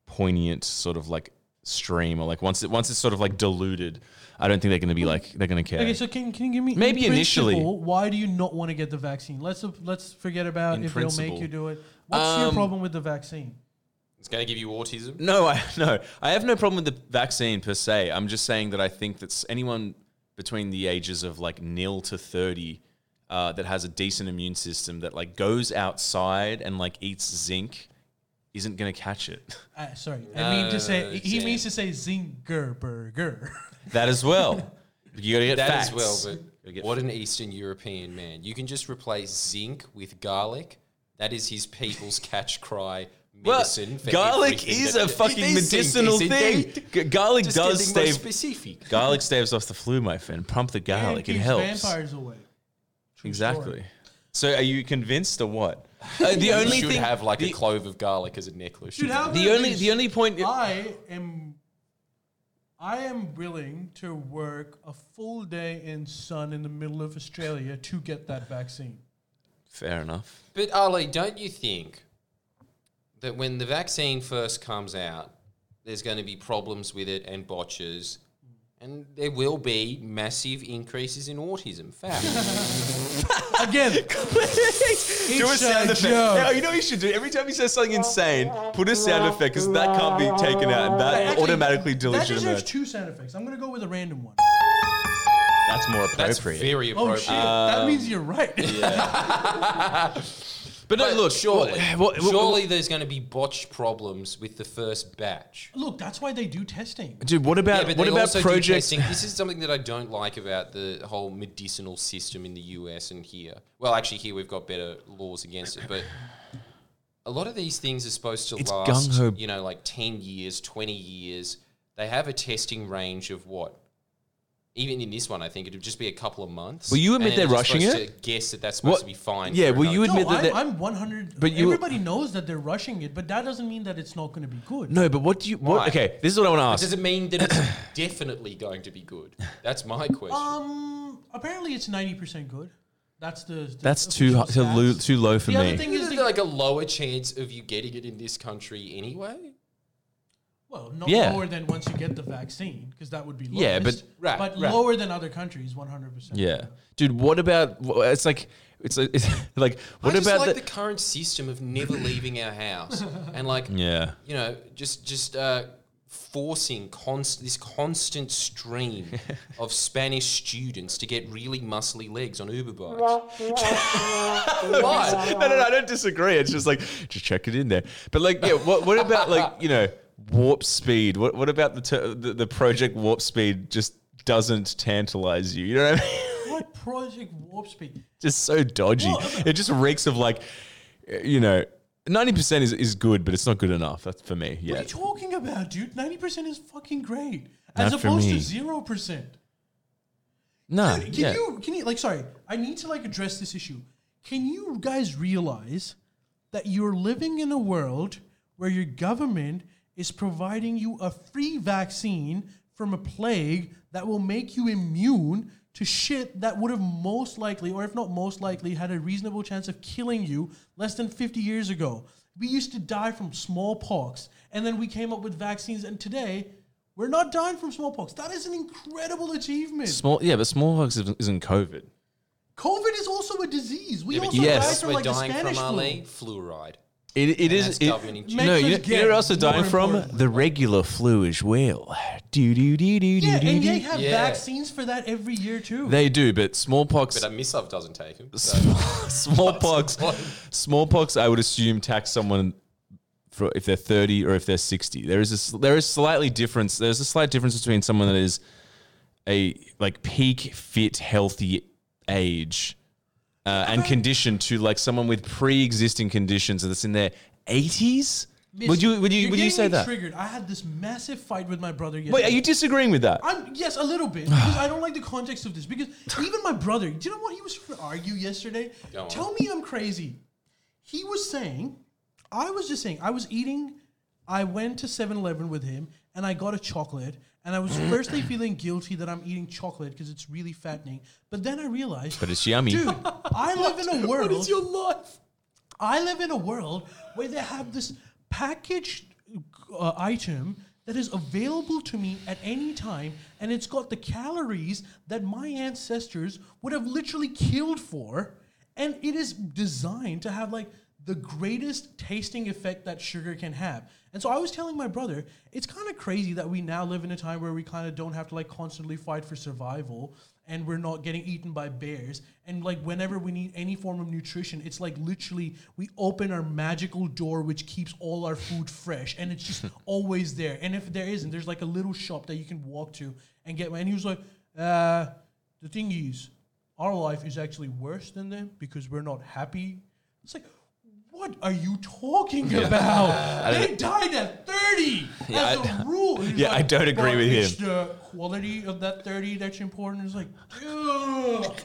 Speaker 2: poignant sort of like stream or like once it once it's sort of like diluted, I don't think they're going to be like they're going to care.
Speaker 1: okay, so can, can you give me in
Speaker 2: Maybe initially.
Speaker 1: principle, Why do you not want to get the vaccine? Let's let's forget about
Speaker 2: In
Speaker 1: if they'll
Speaker 2: principle.
Speaker 1: make you do it. What's your
Speaker 2: Um,
Speaker 1: problem with the vaccine?
Speaker 3: It's going to give you autism.
Speaker 2: No, I (laughs) no, I have no problem with the vaccine per se. I'm just saying that I think that s- anyone between the ages of like nil to thirty uh, that has a decent immune system that like goes outside and like eats zinc isn't going to catch it. (laughs)
Speaker 1: Uh, sorry, I mean to
Speaker 3: No,
Speaker 1: say he
Speaker 3: Sam.
Speaker 1: means to say zinger burger. (laughs)
Speaker 2: That as well. You got to get
Speaker 3: That
Speaker 2: facts.
Speaker 3: as well,
Speaker 2: Gotta
Speaker 3: but
Speaker 2: get
Speaker 3: what an Eastern European man. You can just replace zinc with garlic. That is his people's catch cry
Speaker 2: Well,
Speaker 3: medicine. for
Speaker 2: garlic
Speaker 3: everything
Speaker 2: is
Speaker 3: that-
Speaker 2: a
Speaker 3: It
Speaker 2: fucking
Speaker 3: is zinc,
Speaker 2: medicinal
Speaker 3: isn't
Speaker 2: thing.
Speaker 3: it?
Speaker 2: G- garlic
Speaker 3: Just
Speaker 2: does
Speaker 3: getting more
Speaker 2: stave
Speaker 3: specific.
Speaker 2: garlic staves off the flu, my friend. Pump the
Speaker 1: And
Speaker 2: garlic; Ah, it
Speaker 1: keeps
Speaker 2: helps.
Speaker 1: Vampires away.
Speaker 2: Exactly. So, are you convinced or what?
Speaker 3: The
Speaker 2: Uh, (laughs) the
Speaker 3: only
Speaker 2: only
Speaker 3: should
Speaker 2: thing
Speaker 3: have like
Speaker 2: the,
Speaker 3: a clove of garlic as a necklace.
Speaker 1: Dude, how
Speaker 2: the
Speaker 1: about
Speaker 2: only
Speaker 1: this?
Speaker 2: the only point.
Speaker 1: I am. I am willing to work a full day in sun in the middle of Australia to get that vaccine.
Speaker 2: fair (laughs) enough.
Speaker 3: But Ali, don't you think that when the vaccine first comes out, there's going to be problems with it and botches, and there will be massive increases in autism?
Speaker 2: (laughs)
Speaker 3: Fact.
Speaker 1: Again,
Speaker 2: do
Speaker 1: a joke.
Speaker 2: Yeah, you know what you should do? Every time he says something insane, put a sound effect because that can't be taken out. And that
Speaker 1: Actually,
Speaker 2: automatically
Speaker 1: that deserves
Speaker 2: delegitimate.
Speaker 1: two sound effects. I'm gonna go with a random one.
Speaker 2: That's more
Speaker 3: That's
Speaker 2: appropriate.
Speaker 3: very
Speaker 1: Oh
Speaker 3: appropriate.
Speaker 1: shit!
Speaker 2: Uh,
Speaker 1: that means you're right.
Speaker 2: but no,
Speaker 3: But
Speaker 2: look,
Speaker 3: surely,
Speaker 2: what- what- what-
Speaker 3: surely there's going to be botched problems with the first batch.
Speaker 1: (laughs) Look, that's why they do testing.
Speaker 2: dude, what about
Speaker 3: Yeah, but
Speaker 2: what
Speaker 3: they
Speaker 2: about
Speaker 3: also do
Speaker 2: projects?
Speaker 3: testing. This is something that I don't like about the whole medicinal system in the US and here. Well, actually, here we've got better laws against it, but a lot of these things are supposed to
Speaker 2: It's
Speaker 3: last,
Speaker 2: gung-ho.
Speaker 3: you know, like 10 years, 20 years. They have a testing range of what? Even in this one, I think it would just be a couple of months.
Speaker 2: Will you admit
Speaker 3: and then
Speaker 2: they're
Speaker 3: it's
Speaker 2: rushing
Speaker 3: supposed
Speaker 2: it?
Speaker 3: To guess that that's supposed
Speaker 2: What-
Speaker 3: to be fine.
Speaker 2: Yeah,
Speaker 3: for
Speaker 2: will you
Speaker 3: another-
Speaker 1: No,
Speaker 2: admit that?
Speaker 1: I'm,
Speaker 2: that-
Speaker 1: I'm 100.
Speaker 2: But you-
Speaker 1: everybody knows that they're rushing it, but that doesn't mean that it's not going to be good.
Speaker 2: No, but what do you?
Speaker 3: Why?
Speaker 2: What, okay, this is what I want to ask.
Speaker 3: Does it mean that it's (coughs) definitely going to be good? That's my question.
Speaker 1: Um, apparently it's 90% good. That's the. the
Speaker 2: That's too
Speaker 1: official
Speaker 2: hi- too,
Speaker 1: stats.
Speaker 2: lo- too low for
Speaker 1: The other
Speaker 2: me.
Speaker 1: thing is,
Speaker 3: Isn't
Speaker 1: the,
Speaker 3: there like a lower chance of you getting it in this country anyway?
Speaker 1: well, not
Speaker 2: Yeah.
Speaker 1: lower than once you get the vaccine, because that would be lowest,
Speaker 2: Yeah, but-
Speaker 3: Right,
Speaker 1: but
Speaker 3: right.
Speaker 1: lower than other countries, 100%.
Speaker 2: yeah, dude. What about? wh- It's like it's like, it's like what
Speaker 3: I just
Speaker 2: about
Speaker 3: like
Speaker 2: the?
Speaker 3: the, current system of never leaving
Speaker 1: (laughs)
Speaker 3: our house and like
Speaker 2: yeah,
Speaker 3: you know just just uh, forcing const- this constant stream
Speaker 2: (laughs)
Speaker 3: of Spanish students to get really muscly legs on Uber bikes. Why?
Speaker 2: no, no, no, I don't disagree. It's just like just check it in there. But like, yeah, what what
Speaker 1: (laughs)
Speaker 2: about like you know warp speed? What what about the ter- the, the project warp speed just doesn't tantalize you? You know what I mean? (laughs)
Speaker 1: What Project Warp Speed?
Speaker 2: just so dodgy. It just reeks of like, eh, you know, ninety percent is is good, but it's not good enough. That's for me.
Speaker 1: What are
Speaker 2: Yeah,
Speaker 1: you talking about, dude? 90% is fucking great. As
Speaker 2: Not for
Speaker 1: opposed to
Speaker 2: me.
Speaker 1: 0%.
Speaker 2: no,
Speaker 1: Can
Speaker 2: yeah.
Speaker 1: you can you like sorry, I need to like address this issue. Can you guys realize that you're living in a world where your government is providing you a free vaccine from a plague that will make you immune to shit that would have most likely or if not most likely had a reasonable chance of killing you less than 50 years ago. We used to die from smallpox and then we came up with vaccines and today we're not dying from smallpox. That is an incredible achievement.
Speaker 2: Small, yeah, but smallpox isn't isn't COVID.
Speaker 1: COVID is also a disease. We also
Speaker 2: you know
Speaker 1: died
Speaker 2: what
Speaker 1: from
Speaker 3: we're
Speaker 1: like the
Speaker 3: dying from
Speaker 1: Spanish
Speaker 3: Ali
Speaker 1: flu.
Speaker 3: fluoride.
Speaker 2: It, it is.
Speaker 3: that's
Speaker 2: It,
Speaker 3: government in
Speaker 2: no,
Speaker 1: Makes us
Speaker 2: you know, you know what
Speaker 1: get
Speaker 2: else they're dying
Speaker 1: more
Speaker 2: from?
Speaker 1: important.
Speaker 2: The regular flu as well. Do, do, do, do,
Speaker 1: Yeah,
Speaker 2: do, do,
Speaker 1: and
Speaker 2: do.
Speaker 1: they have
Speaker 3: Yeah.
Speaker 1: vaccines for that every year too.
Speaker 2: They do, but smallpox.
Speaker 3: But I miss love doesn't take him. So.
Speaker 2: (laughs)
Speaker 3: (laughs)
Speaker 2: smallpox. smallpox. I would assume tax someone for if they're thirty or if they're sixty. There is a s- there is slightly difference. There's a slight difference between someone that is a like peak fit healthy age uh, and condition to like someone with pre existing conditions that's in their eighties.
Speaker 1: Miss,
Speaker 2: Would you would you
Speaker 1: you're
Speaker 2: would you
Speaker 1: getting
Speaker 2: say
Speaker 1: me
Speaker 2: that?
Speaker 1: Triggered. I had this massive fight with my brother yesterday.
Speaker 2: Wait, are you disagreeing with that?
Speaker 1: I'm yes, a little
Speaker 2: (sighs)
Speaker 1: bit because I don't like the context of this. Because even my brother, do you know what he was trying to argue yesterday?
Speaker 3: Go on.
Speaker 1: Tell me I'm crazy. He was saying, I was just saying, I was eating. I went to 7-Eleven with him and I got a chocolate. And I was
Speaker 2: (clears throat)
Speaker 1: firstly feeling guilty that I'm eating chocolate because it's really fattening. But then I realized,
Speaker 2: But it's yummy. (laughs)
Speaker 1: dude, I live in a world.
Speaker 3: your life?
Speaker 1: I live in a world where they have this packaged uh, item that is available to me at any time, and it's got the calories that my ancestors would have literally killed for, and it is designed to have like the greatest tasting effect that sugar can have. And so I was telling my brother, it's kind of crazy that we now live in a time where we kind of don't have to like constantly fight for survival and we're not getting eaten by bears. And like whenever we need any form of nutrition, it's like literally we open our magical door which keeps all our food fresh and it's just always there. And if there isn't, there's like a little shop that you can walk to and get. And he was like, uh, the thing is, our life is actually worse than them because we're not happy. It's like, what are you talking
Speaker 2: (laughs)
Speaker 1: about? they died at 30 as a
Speaker 2: I- (laughs)
Speaker 1: rule. And he's
Speaker 2: yeah, I don't agree
Speaker 1: "But
Speaker 2: with
Speaker 1: it's
Speaker 2: him."
Speaker 1: The quality of that 30 that's important. It's like, ugh,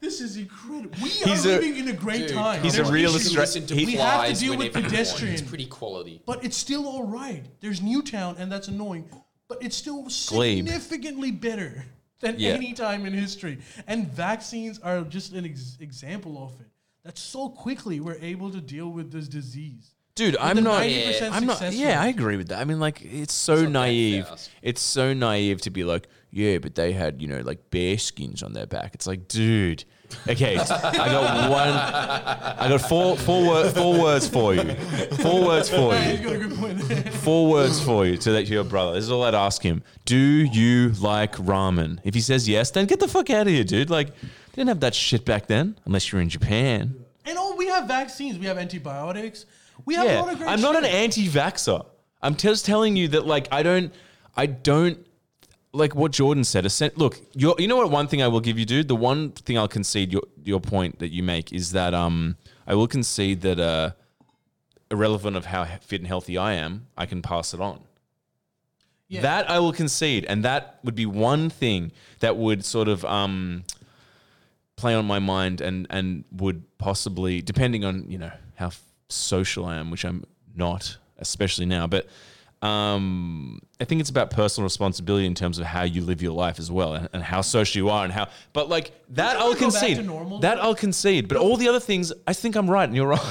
Speaker 1: this is incredible. We
Speaker 2: He's
Speaker 1: are
Speaker 2: a-
Speaker 1: living in a great
Speaker 3: Dude,
Speaker 1: time.
Speaker 2: he's a
Speaker 1: There's
Speaker 2: real
Speaker 1: issues,
Speaker 2: estra- he-
Speaker 1: We have to deal with pedestrians.
Speaker 3: It's pretty quality.
Speaker 1: But it's still all right. There's Newtown, and that's annoying. But it's still
Speaker 2: Glebe.
Speaker 1: significantly better than
Speaker 2: Yeah.
Speaker 1: any time in history. And vaccines are just an ex- example of it. That so quickly we're able to deal with this disease.
Speaker 2: Dude, I'm
Speaker 1: the
Speaker 2: not.
Speaker 1: 90%
Speaker 2: I'm not.
Speaker 1: success
Speaker 2: Yeah,
Speaker 1: rate.
Speaker 2: I agree with that. I mean, like, it's so
Speaker 3: that
Speaker 2: naive.
Speaker 3: fast.
Speaker 2: It's so naive to be like, yeah, but they had you know like bear skins on their back. It's like, dude, okay, I got one. I got four, four, wor- four words for you. Four words for
Speaker 1: Hey,
Speaker 2: you.
Speaker 1: you got a good point. (laughs)
Speaker 2: Four words for you to that to your brother. This is all I'd ask him. Do you like ramen? If he says yes, then get the fuck out of here, dude. Like, they didn't have that shit back then, unless you're in Japan.
Speaker 1: and all we have vaccines, we have antibiotics, we have a lot
Speaker 2: Yeah,
Speaker 1: of great.
Speaker 2: I'm not
Speaker 1: shit.
Speaker 2: an anti-vaxxer. I'm just telling you that, like, I don't, I don't, like what Jordan said. Assen- look, you're, you know what? One thing I will give you, dude. The one thing I'll concede your your point that you make is that um, I will concede that uh, irrelevant of how he- fit and healthy I am, I can pass it on.
Speaker 1: Yeah.
Speaker 2: That I will concede, and that would be one thing that would sort of um, play on my mind, and and would possibly, depending on you know how f- social I am, which I'm not, especially now, but um, I think it's about personal responsibility in terms of how you live your life as well, and, and how social you are, and how. But like that,
Speaker 1: you
Speaker 2: I'll
Speaker 1: ever go back
Speaker 2: concede.
Speaker 1: to normal?
Speaker 2: That I'll concede. But all the other things, I think I'm right, and you're wrong.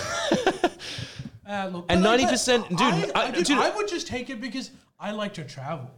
Speaker 1: Ah, look,
Speaker 2: and
Speaker 1: but I- but
Speaker 2: 90% dude,
Speaker 1: I,
Speaker 2: I-
Speaker 1: dude,
Speaker 2: dude-
Speaker 1: I would just take it because I like to travel.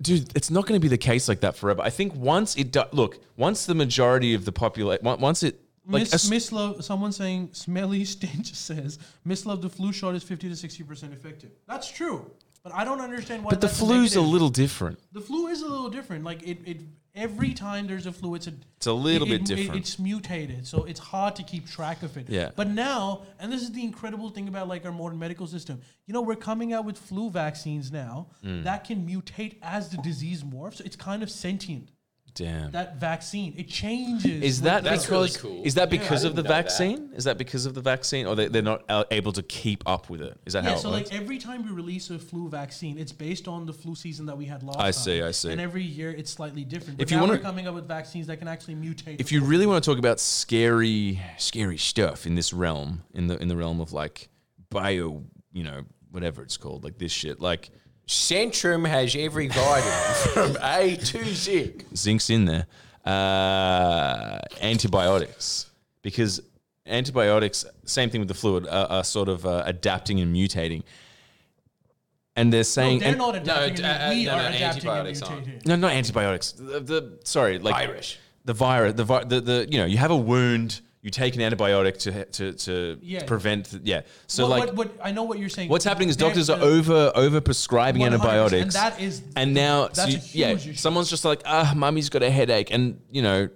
Speaker 2: dude, it's not going to be the case like that forever. I think once it do- look, once the majority of the population, once it like
Speaker 1: Miss,
Speaker 2: as-
Speaker 1: Miss Love, someone saying smelly (laughs) stench says Miss Love, the flu shot is fifty to sixty percent effective. That's true, but I don't understand why.
Speaker 2: but the
Speaker 1: that's
Speaker 2: flu's a
Speaker 1: negative.
Speaker 2: little different.
Speaker 1: The flu is a little different. Like it, it every time there's a flu, it's a.
Speaker 2: It's a little
Speaker 1: it-
Speaker 2: bit
Speaker 1: it-
Speaker 2: different.
Speaker 1: it's mutated, so it's hard to keep track of it.
Speaker 2: Yeah.
Speaker 1: But now, and this is the incredible thing about like our modern medical system. You know, we're coming out with flu vaccines now
Speaker 2: Mm.
Speaker 1: that can mutate as the disease morphs. So it's kind of sentient.
Speaker 2: Damn.
Speaker 1: That vaccine, it changes.
Speaker 2: Is
Speaker 1: with
Speaker 2: that
Speaker 1: the-
Speaker 3: That's really
Speaker 2: because
Speaker 3: cool.
Speaker 2: is that because
Speaker 3: I
Speaker 2: of the
Speaker 3: didn't know that.
Speaker 2: vaccine? Is that because of the vaccine, or they, they're not a- able to keep up with it? Is that
Speaker 1: Yeah,
Speaker 2: how?
Speaker 1: so
Speaker 2: it works?
Speaker 1: like every time we release a flu vaccine, it's based on the flu season that we had last
Speaker 2: I
Speaker 1: time.
Speaker 2: see, I see.
Speaker 1: And every year it's slightly different. But
Speaker 2: If you
Speaker 1: now
Speaker 2: wanna-
Speaker 1: we're coming up with vaccines that can actually mutate.
Speaker 2: if you really want to talk about scary, scary stuff in this realm, in the in the realm of like bio, you know, whatever it's called, like this shit, like
Speaker 3: Centrum has every vitamin
Speaker 2: (laughs)
Speaker 3: from A to Z.
Speaker 2: zinc's in there. Uh, antibiotics, because antibiotics, same thing with the fluid, are, are sort of uh, adapting and mutating. And they're
Speaker 1: no,
Speaker 2: saying
Speaker 1: they're
Speaker 2: and-
Speaker 1: not adapting,
Speaker 3: No,
Speaker 1: and
Speaker 3: uh,
Speaker 1: we
Speaker 3: no,
Speaker 1: are
Speaker 3: no,
Speaker 1: adapting and
Speaker 3: antibiotics aren't.
Speaker 1: mutating.
Speaker 2: No, not antibiotics. The, the sorry, like
Speaker 3: Virus.
Speaker 2: The virus. The, vi- the the you know you have a wound. You take an antibiotic to to to
Speaker 1: Yeah.
Speaker 2: prevent. The, yeah. So
Speaker 1: What-
Speaker 2: like.
Speaker 1: what, what, I know what you're saying.
Speaker 2: What's happening is
Speaker 1: They're-
Speaker 2: doctors are
Speaker 1: the-
Speaker 2: over over prescribing
Speaker 1: 100%,
Speaker 2: antibiotics,
Speaker 1: and that is-
Speaker 2: and now so
Speaker 1: that's
Speaker 2: you-
Speaker 1: a huge
Speaker 2: yeah,
Speaker 1: issue.
Speaker 2: someone's just like ah, mummy's got a headache, and you know,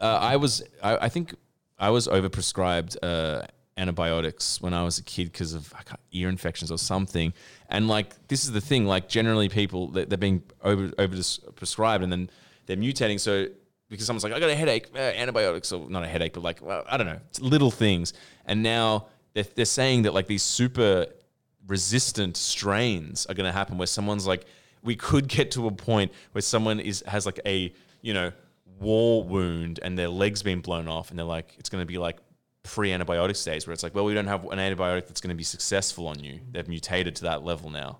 Speaker 2: uh, I was I, I think I was over prescribed uh, antibiotics when I was a kid because of I can't, ear infections or something, and like this is the thing, like generally people they, they're being over over prescribed and then they're mutating, so. Because someone's like, I got a headache, uh, antibiotics, or not a headache, but like, well, I don't know, it's little things. And now they're, they're saying that like these super resistant strains are going to happen where someone's like we could get to a point where someone is has like a you know war wound and their legs being blown off and they're like it's going to be like pre antibiotic stage where it's like well we don't have an antibiotic that's going to be successful on you they've mutated to that level now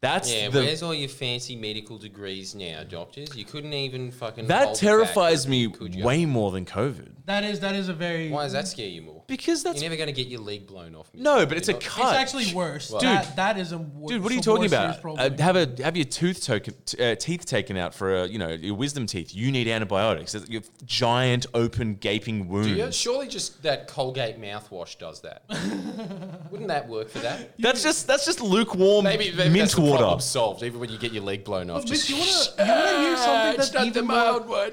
Speaker 2: that's
Speaker 3: Yeah,
Speaker 2: the
Speaker 3: where's all your fancy medical degrees now, doctors? You couldn't even fucking.
Speaker 2: that
Speaker 3: hold it
Speaker 2: terrifies
Speaker 3: back,
Speaker 2: me
Speaker 3: could you?
Speaker 2: way more than covid
Speaker 1: That is that is a very.
Speaker 3: Why
Speaker 1: It's
Speaker 3: does that scare you more?
Speaker 2: because that's
Speaker 3: You're never going to get your leg blown off. Mitch.
Speaker 2: no but it's a
Speaker 3: You're not-
Speaker 2: cut
Speaker 1: actually worse,
Speaker 2: Dude.
Speaker 1: That, that is a wor-
Speaker 2: Dude, what are
Speaker 1: it's
Speaker 2: you
Speaker 1: a
Speaker 2: talking
Speaker 1: more serious
Speaker 2: about?
Speaker 1: problem.
Speaker 2: Uh, have a have your tooth token, t- uh, teeth taken out for a you know your wisdom teeth. You need antibiotics. It's- You have giant open gaping wounds.
Speaker 3: Yeah, surely just that Colgate mouthwash
Speaker 2: (laughs)
Speaker 3: does that. Wouldn't that work for that?
Speaker 2: That's just that's just lukewarm
Speaker 3: Maybe, maybe
Speaker 2: mint
Speaker 3: that's the
Speaker 2: water.
Speaker 3: problem solved. Even when you get your leg blown off,
Speaker 1: But Mitch,
Speaker 3: just
Speaker 1: you wanna you wanna hear something that's even more
Speaker 3: mild one.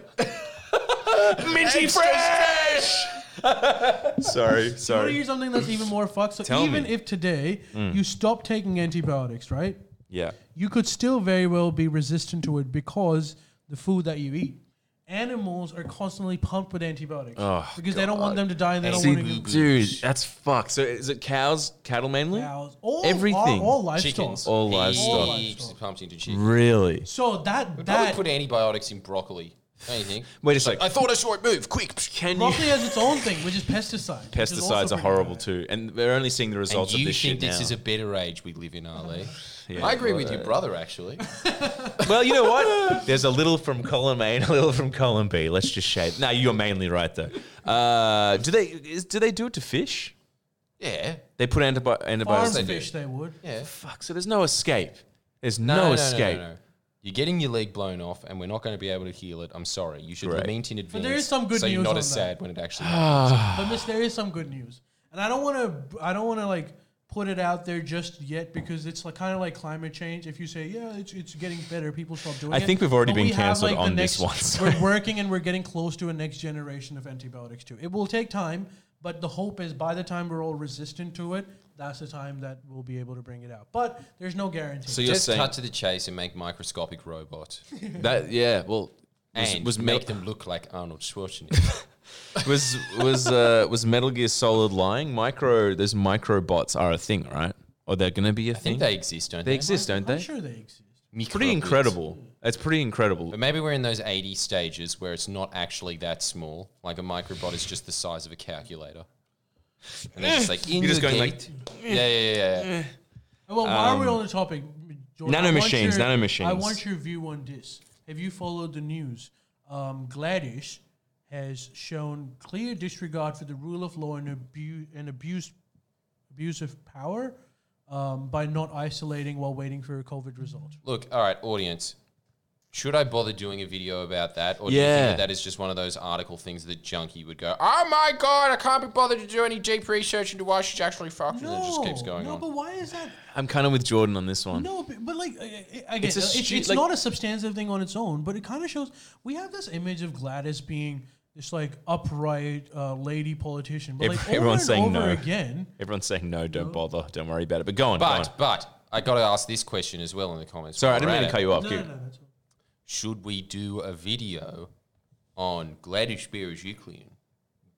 Speaker 2: Minty fresh. (laughs) sorry,
Speaker 1: I want to
Speaker 2: sorry.
Speaker 1: hear something that's even more fucked. So
Speaker 2: Tell
Speaker 1: even
Speaker 2: me. Mm.
Speaker 1: if today you stop taking antibiotics, right?
Speaker 2: Yeah.
Speaker 1: You could still very well be resistant to it because the food that you eat. Animals are constantly pumped with antibiotics because they don't want them to die and they don't
Speaker 2: Oh, See,
Speaker 1: want to get
Speaker 2: dude, that's fucked. So is it cows, cattle mainly?
Speaker 1: cows. All,
Speaker 2: Everything.
Speaker 1: All, all livestock.
Speaker 3: Chickens.
Speaker 2: All
Speaker 3: He
Speaker 2: livestock.
Speaker 1: livestock.
Speaker 3: Pumped into chicken.
Speaker 2: Really?
Speaker 1: So that
Speaker 3: Probably
Speaker 1: that
Speaker 3: put antibiotics in broccoli. Don't
Speaker 2: (sighs)
Speaker 3: you think?
Speaker 2: Wait a sec.
Speaker 3: I thought I saw it move. Quick. Can
Speaker 1: broccoli has its own thing, which is pesticides. which is also
Speaker 2: Pesticides are
Speaker 1: pretty
Speaker 2: horrible
Speaker 1: bad.
Speaker 2: too, and we're only seeing the
Speaker 3: And
Speaker 2: results
Speaker 3: you
Speaker 2: of this
Speaker 3: think
Speaker 2: shit
Speaker 3: this
Speaker 2: now.
Speaker 3: is a better age we live in, Ali?
Speaker 2: (sighs) Yeah,
Speaker 3: I agree with
Speaker 2: well,
Speaker 3: your
Speaker 2: (laughs)
Speaker 3: brother, actually.
Speaker 2: well, you know (laughs) what? There's a little from column A and a little from column B. Let's just shade. No, you're mainly right though. Uh, do they is, do they do it to fish?
Speaker 3: yeah.
Speaker 2: They put antibi-
Speaker 1: Farm
Speaker 2: antibiotics. in
Speaker 1: fish, they would.
Speaker 3: Yeah.
Speaker 2: Fuck. So there's no escape. There's no, escape.
Speaker 3: no. You're getting your leg blown off, and we're not going to be able to heal it. I'm sorry. You should
Speaker 2: Great.
Speaker 3: lament in advance.
Speaker 1: there is some good
Speaker 3: so
Speaker 1: news
Speaker 3: you're not
Speaker 1: on
Speaker 3: as
Speaker 1: that.
Speaker 3: sad when
Speaker 2: (sighs)
Speaker 3: it actually. happens.
Speaker 1: But miss, there is some good news, and I don't want to. I don't want to like put it out there just yet because it's like kind of like climate change. If you say, yeah, it's, it's getting better, people stop doing
Speaker 2: I
Speaker 1: it.
Speaker 2: think we've already
Speaker 1: But
Speaker 2: been
Speaker 1: we have,
Speaker 2: cancelled
Speaker 1: the
Speaker 2: on this one,
Speaker 1: next,
Speaker 2: so-
Speaker 1: We're working and we're getting close to a next generation of antibiotics too. It will take time, but the hope is by the time we're all resistant to it, that's the time that we'll be able to bring it out. But there's no guarantee.
Speaker 2: So you're
Speaker 3: Just
Speaker 2: saying
Speaker 3: cut to the chase and make
Speaker 2: (laughs)
Speaker 3: microscopic robots,
Speaker 2: that? Yeah. Well, was
Speaker 3: and
Speaker 2: was,
Speaker 3: make
Speaker 2: Metal,
Speaker 3: them look like Arnold
Speaker 2: (laughs)
Speaker 3: Schwarzenegger.
Speaker 2: was was uh, was Metal Gear Solid lying? Micro. Those microbots are a thing, right? Or they're going to be a
Speaker 3: I
Speaker 2: thing.
Speaker 3: think they exist, don't
Speaker 2: They
Speaker 3: they?
Speaker 2: exist, don't
Speaker 1: I'm
Speaker 2: they?
Speaker 1: sure they exist.
Speaker 2: Pretty
Speaker 3: Microbots.
Speaker 2: incredible. It's pretty incredible.
Speaker 3: But maybe we're in those 80 stages where it's not actually that small. Like a microbot is just the size of a calculator. And they're just like, in
Speaker 2: You're just
Speaker 3: your
Speaker 2: going
Speaker 3: gate. yeah, yeah, yeah, yeah.
Speaker 1: Oh, Well, while
Speaker 3: Um,
Speaker 1: we're on the topic, Jordan, I want
Speaker 2: nanomachines,
Speaker 1: your-
Speaker 2: nanomachines.
Speaker 1: I want your view on this. Have you followed the news? Um, Gladys has shown clear disregard for the rule of law and abuse and abuse abuse of power um, by not isolating while waiting for a COVID result.
Speaker 3: Look, all right, audience. Should I bother doing a video about that? Or do you
Speaker 2: Yeah.
Speaker 3: think that, that is just one of those article things that junkie would go, oh my God, I can't be bothered to do any deep research into why she's actually fucked. and it just keeps going
Speaker 1: no,
Speaker 3: on.
Speaker 1: but why is that?
Speaker 2: I'm kind of with Jordan on this one.
Speaker 1: No, but, but like I- I- I guess
Speaker 2: It's a
Speaker 1: it's,
Speaker 2: stu-
Speaker 1: it's
Speaker 2: like-
Speaker 1: not a substantive thing on its own, but it kind of shows we have this image of Gladys being this like upright uh, lady politician, but like
Speaker 2: Every-
Speaker 1: over
Speaker 2: everyone's
Speaker 1: and
Speaker 2: saying
Speaker 1: over
Speaker 2: no.
Speaker 1: again.
Speaker 2: Everyone's saying no, don't bother, don't worry about it. But go on, go
Speaker 3: But,
Speaker 2: on.
Speaker 3: but, I got to ask this question as well in the comments.
Speaker 2: Sorry, I
Speaker 3: while
Speaker 2: didn't
Speaker 3: we're
Speaker 2: mean to
Speaker 3: at it.
Speaker 2: cut you off.
Speaker 1: No, no,
Speaker 2: Keep-
Speaker 1: no, that's all.
Speaker 3: should we do a video on Gladys Berejiklian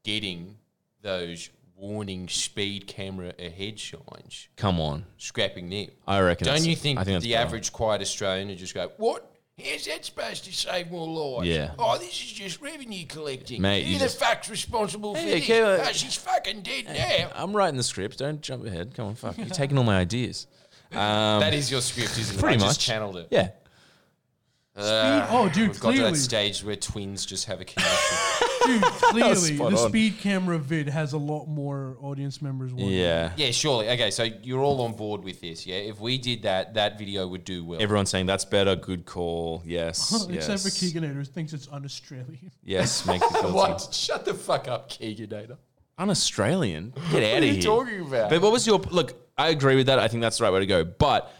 Speaker 3: getting those warning speed camera ahead signs,
Speaker 2: Come on,
Speaker 3: scrapping them?
Speaker 2: I reckon.
Speaker 3: Don't
Speaker 2: that's-
Speaker 3: you think,
Speaker 2: I think that's
Speaker 3: the
Speaker 2: better.
Speaker 3: average quiet Australian would just go, what? How's that supposed to save more lives?
Speaker 2: Yeah.
Speaker 3: Oh, this is just revenue collecting.
Speaker 2: Mate, you
Speaker 3: Who the
Speaker 2: just-
Speaker 3: fuck's responsible
Speaker 2: Hey,
Speaker 3: for
Speaker 2: Kev,
Speaker 3: this?
Speaker 2: uh,
Speaker 3: Oh, she's fucking dead now.
Speaker 2: I'm writing the script. Don't jump ahead. Come on, fuck.
Speaker 3: (laughs)
Speaker 2: You're taking all my ideas.
Speaker 3: that is your script, isn't it?
Speaker 2: Um, Pretty
Speaker 3: I
Speaker 2: much.
Speaker 3: just channeled it.
Speaker 2: Yeah.
Speaker 3: Uh,
Speaker 1: oh, dude,
Speaker 3: We've got to
Speaker 1: clearly.
Speaker 2: (laughs)
Speaker 3: that stage where twins just have a connection.
Speaker 1: Dude, clearly
Speaker 2: spot
Speaker 1: the
Speaker 2: on.
Speaker 1: speed camera vid has a lot more audience members. watching.
Speaker 2: Yeah.
Speaker 3: Yeah, surely. Okay, so you're all on board with this, yeah? If we did that, that video would do well.
Speaker 2: Everyone's saying that's better. Good call. Yes.
Speaker 1: (laughs) Except
Speaker 2: yes.
Speaker 1: for Keegan who thinks it's un-Australian.
Speaker 2: Yes, make the filter.
Speaker 3: what? Shut the fuck up, Keeganator.
Speaker 2: I'm Australian. Get out of
Speaker 3: are you
Speaker 2: here.
Speaker 3: talking about?
Speaker 2: But what was your look? I agree with that. I think that's the right way to go. But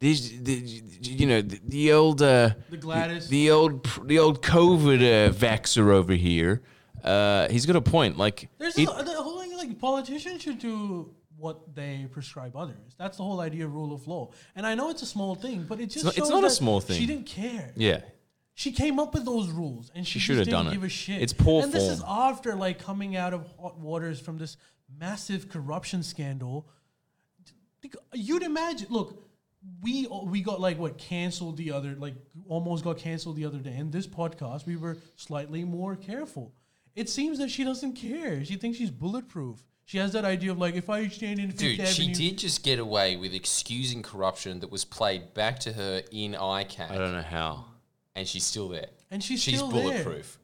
Speaker 2: these, the, you know, the, the old, uh,
Speaker 1: The Gladys.
Speaker 2: the old, pr- the old COVID uh, vaxer over here. Uh, he's got a point. Like,
Speaker 1: (laughs) There's
Speaker 2: it-
Speaker 1: a, the whole thing like politicians should do what they prescribe others. That's the whole idea of rule of law. And I know it's a small thing, but it just
Speaker 2: not- it's
Speaker 1: shows
Speaker 2: not a
Speaker 1: that
Speaker 2: small
Speaker 1: She
Speaker 2: thing.
Speaker 1: didn't care.
Speaker 2: yeah,
Speaker 1: She came up with those rules, and she,
Speaker 2: should
Speaker 1: just
Speaker 2: have
Speaker 1: didn't
Speaker 2: done it.
Speaker 1: give a shit.
Speaker 2: It's poor
Speaker 1: And this is
Speaker 2: form.
Speaker 1: after like coming out of hot waters from this massive corruption scandal. Think- You'd imagine. Look, we we got like what canceled the other, like almost got canceled the other day. In this podcast, we were slightly more careful. It seems that she doesn't care. She thinks she's bulletproof. She has that idea of like, if I stand in Fifth
Speaker 3: Dude,
Speaker 1: Avenue,
Speaker 3: she did just get away with excusing corruption that was played back to her in
Speaker 2: I
Speaker 3: ICANN,
Speaker 2: don't know how.
Speaker 3: and she's still there.
Speaker 1: and she's,
Speaker 3: She's
Speaker 1: still There.
Speaker 3: bulletproof.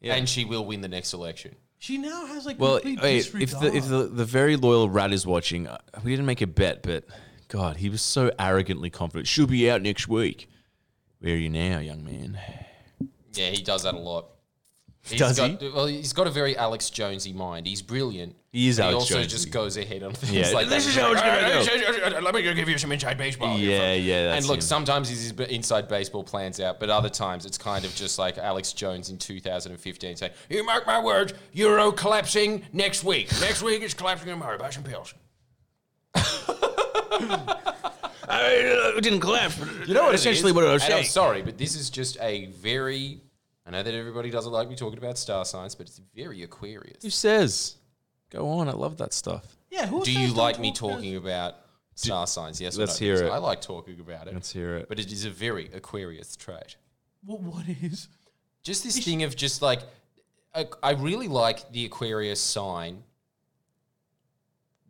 Speaker 3: And she will win the next election.
Speaker 1: She now has like
Speaker 2: Well,
Speaker 1: complete
Speaker 2: wait, if
Speaker 1: disregard.
Speaker 2: the if the, the very loyal rat is watching, uh, we didn't make a bet, but God, he was so arrogantly confident. She'll be out next week. Where are you now, young man?
Speaker 3: Yeah, he does that a lot. He's
Speaker 2: Does he?
Speaker 3: got, Well, he's got a very Alex Jonesy mind. He's brilliant.
Speaker 2: He is
Speaker 3: but
Speaker 2: Alex
Speaker 3: also
Speaker 2: Jonesy.
Speaker 3: just goes ahead on (laughs) things
Speaker 2: Yeah,
Speaker 3: like
Speaker 2: this
Speaker 3: that.
Speaker 2: is how it's gonna
Speaker 3: Let me give you some inside baseball. you
Speaker 2: Oh, Yeah,
Speaker 3: fuck.
Speaker 2: yeah, that's
Speaker 3: and look,
Speaker 2: him.
Speaker 3: sometimes his inside baseball plans out, but other times it's kind of just like Alex Jones in 2015 saying, "You mark my words, Euro collapsing next week. Next week it's collapsing tomorrow. Buy some pills."
Speaker 2: I, it didn't collapse. But
Speaker 3: You know what?
Speaker 2: Essentially,
Speaker 3: it is?
Speaker 2: what I was
Speaker 3: And I'm
Speaker 2: saying.
Speaker 3: sorry, but this is just a very. I know that everybody doesn't like me talking about star signs, but it's very Aquarius.
Speaker 2: Who says? Go on. I love that stuff.
Speaker 1: Yeah, who
Speaker 3: Do
Speaker 1: says
Speaker 3: you
Speaker 1: don't
Speaker 3: like me
Speaker 1: talk about-
Speaker 3: talking about star signs? Yes, or
Speaker 2: Let's
Speaker 3: no?
Speaker 2: hear
Speaker 3: Because
Speaker 2: it.
Speaker 3: I like talking about it.
Speaker 2: Let's hear it.
Speaker 3: But it is a very Aquarius trait.
Speaker 1: What, what is?
Speaker 3: Just this thing of just like, I, I really like the Aquarius sign.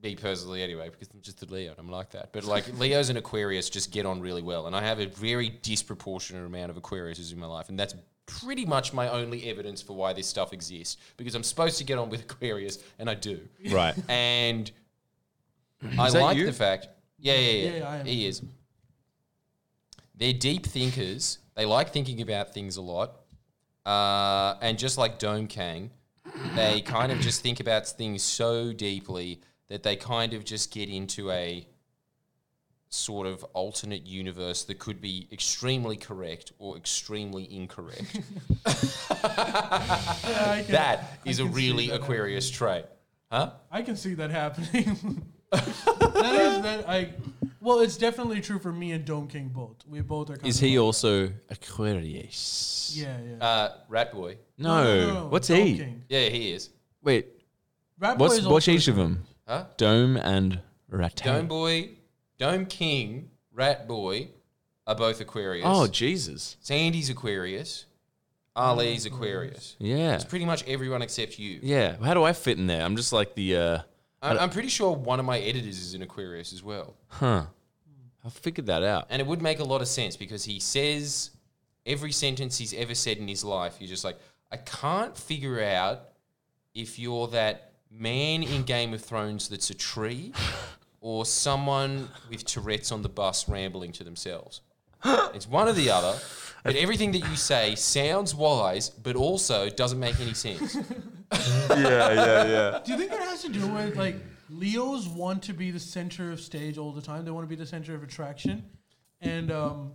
Speaker 3: Me personally, anyway, because I'm just a Leo and I'm like that. But like Leos and Aquarius just get on really well, and I have a very disproportionate amount of Aquariuses in my life, and that's pretty much my only evidence for why this stuff exists. Because I'm supposed to get on with Aquarius, and I do.
Speaker 2: Right.
Speaker 1: (clears throat)
Speaker 3: And I
Speaker 2: Is that
Speaker 3: like
Speaker 2: you?
Speaker 3: the fact. Yeah, yeah, yeah.
Speaker 1: Yeah, I am.
Speaker 3: He is. They're deep thinkers. They like thinking about things a lot. Uh, and just like Dome Kang, they kind of just think about things so deeply that they kind of just get into a sort of alternate universe that could be extremely correct or extremely
Speaker 1: (laughs)
Speaker 3: incorrect.
Speaker 1: Yeah, I can,
Speaker 3: that is a
Speaker 1: can see
Speaker 3: really
Speaker 1: that happening.
Speaker 3: Aquarius trait. Huh?
Speaker 1: I can see that (laughs) happening. that is that I. Well, it's definitely true for me and Dome King both. We both are. Kind
Speaker 2: Is
Speaker 1: of
Speaker 2: he
Speaker 1: like-
Speaker 2: also Aquarius?
Speaker 1: Yeah, yeah.
Speaker 3: Uh, Rat Boy.
Speaker 2: No. What's
Speaker 1: Dome
Speaker 2: he?
Speaker 1: King.
Speaker 3: Yeah, he is.
Speaker 2: Wait.
Speaker 1: Rat Boy
Speaker 2: What's
Speaker 1: is
Speaker 2: what's
Speaker 1: also-
Speaker 2: each of them?
Speaker 3: Huh?
Speaker 2: Dome and Rattan.
Speaker 3: Dome Boy, Dome King, Rat Boy are both Aquarius.
Speaker 2: Oh Jesus!
Speaker 3: Sandy's Aquarius, Ali's Aquarius.
Speaker 2: Yeah.
Speaker 3: It's pretty much everyone except you.
Speaker 2: Yeah. How do I fit in there? I'm just like the. uh
Speaker 3: I- I'm pretty sure one of my editors is an Aquarius as well.
Speaker 2: Huh. I figured that out.
Speaker 3: And it would make a lot of sense because he says every sentence he's ever said in his life, you're just like, I can't figure out if you're that man in Game of Thrones that's a tree or someone with Tourette's on the bus rambling to themselves. (gasps) It's one or the other. But everything that you say sounds wise, but also doesn't make any sense.
Speaker 2: (laughs) Yeah, yeah, yeah.
Speaker 1: Do you think that has to do with like Leos want to be the center of stage all the time? They want to be the center of attraction, and um,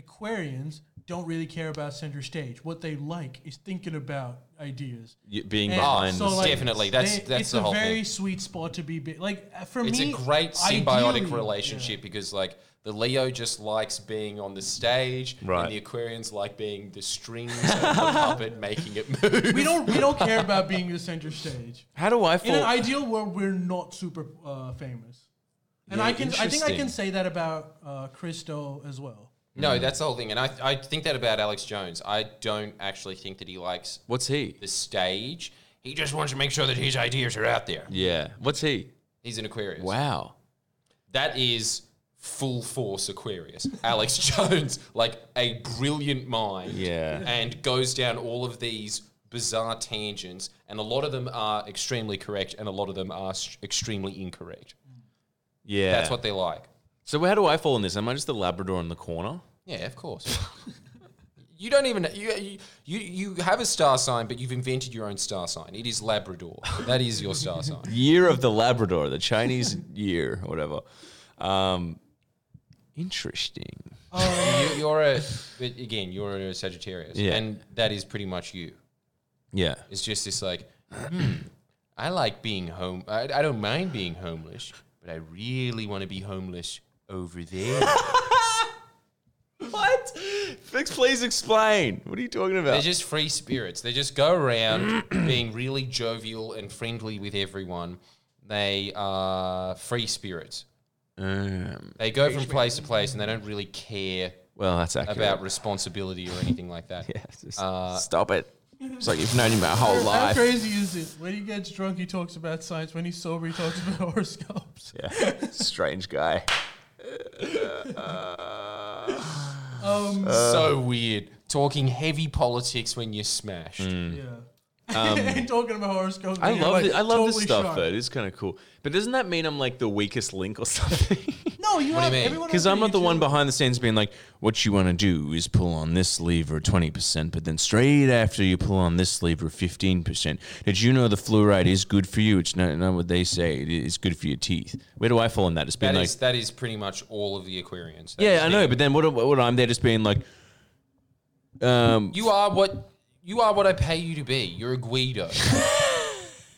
Speaker 1: Aquarians don't really care about center stage. What they like is thinking about ideas.
Speaker 2: being
Speaker 1: And
Speaker 2: behind.
Speaker 1: so,
Speaker 2: the
Speaker 1: like,
Speaker 3: Definitely, that's-
Speaker 1: they-
Speaker 3: that's
Speaker 1: it's
Speaker 3: the
Speaker 1: a
Speaker 3: whole
Speaker 1: very
Speaker 3: thing.
Speaker 1: sweet spot to be. Be- like uh, for
Speaker 3: It's
Speaker 1: me,
Speaker 3: a great symbiotic
Speaker 1: ideally-
Speaker 3: relationship because, like, the Leo just likes being on the stage,
Speaker 2: Right.
Speaker 3: and the Aquarians like being the strings of the
Speaker 1: (laughs)
Speaker 3: puppet making
Speaker 2: (laughs)
Speaker 3: it move.
Speaker 1: We don't we don't care about being the center
Speaker 3: (laughs)
Speaker 1: stage.
Speaker 2: How do I
Speaker 1: In an
Speaker 2: fall?
Speaker 1: ideal world, we're not super uh, famous, and
Speaker 3: Yeah,
Speaker 1: I can I think I
Speaker 3: interesting.
Speaker 1: can say that about uh, Christo as well.
Speaker 2: Mm.
Speaker 3: No, that's the whole thing, and I, I think that about Alex Jones. I don't actually think that he likes
Speaker 2: What's he?
Speaker 3: the stage. He just wants to make sure that his ideas are out there.
Speaker 2: Yeah. What's he?
Speaker 3: He's an Aquarius.
Speaker 2: Wow.
Speaker 3: That is full force Aquarius. Alex (laughs) Jones, like a brilliant mind.
Speaker 2: Yeah.
Speaker 3: And goes down all of these bizarre tangents, and a lot of them are extremely correct, and a lot of them are s- extremely incorrect.
Speaker 2: Yeah.
Speaker 3: That's what they like.
Speaker 2: So how do I fall in this? Am I just the Labrador in the corner?
Speaker 3: Yeah, of course. (laughs) You don't even you, you you you have a star sign, but you've invented your own star sign. It is Labrador. That is your star sign.
Speaker 2: Year of the Labrador, the (laughs) Chinese year, or whatever. Um, interesting.
Speaker 3: You, you're a but again, you're a Sagittarius,
Speaker 2: Yeah.
Speaker 3: and that is pretty much you.
Speaker 2: Yeah.
Speaker 3: It's just this like, hmm, (clears throat) I like being home. I, I don't mind being homeless, but I really want to be homeless
Speaker 2: (laughs)
Speaker 3: over there.
Speaker 2: What? Fix, please explain. What are you talking
Speaker 3: They're
Speaker 2: about?
Speaker 3: just free spirits. They just go
Speaker 2: (clears throat)
Speaker 3: around being really jovial and friendly with everyone. They are free spirits.
Speaker 2: Um,
Speaker 3: They go from place to place and they don't really care
Speaker 2: well, that's accurate. (laughs)
Speaker 3: about responsibility or anything like that.
Speaker 2: yeah, just stop it. It's like you've known him my whole
Speaker 1: How
Speaker 2: life.
Speaker 1: crazy is it? When he gets drunk, he talks about science. When he's sober, he talks about (laughs) horoscopes.
Speaker 2: Yeah. Strange guy.
Speaker 1: Um,
Speaker 3: (laughs) so weird. Talking heavy politics when you're smashed.
Speaker 2: Hmm.
Speaker 1: yeah. (laughs)
Speaker 3: um,
Speaker 1: and talking about horoscopes.
Speaker 2: I
Speaker 1: and you're
Speaker 2: love
Speaker 1: like
Speaker 2: it. I love this
Speaker 1: totally
Speaker 2: stuff
Speaker 1: shocked.
Speaker 2: though. It is kind of cool. But doesn't that mean I'm like the weakest link or (laughs) something?
Speaker 1: No, No, you
Speaker 3: What do you
Speaker 1: have
Speaker 3: mean?
Speaker 1: everyone.
Speaker 2: Because
Speaker 1: on
Speaker 2: I'm not the one
Speaker 1: YouTube-
Speaker 2: behind the scenes being like, what you want to do is pull on this lever 20%, but then straight after you pull on this lever 15%. Did you know the fluoride is good for you? It's not, not what they say. It is good for your teeth. Where do I fall in that? It's been
Speaker 3: That
Speaker 2: like,
Speaker 3: is- that is pretty much all of the Aquarians. That is
Speaker 2: yeah, I know,
Speaker 3: them.
Speaker 2: but then what, what I'm there just being like, um,
Speaker 3: you are what you are what I pay you to be. You're a Guido.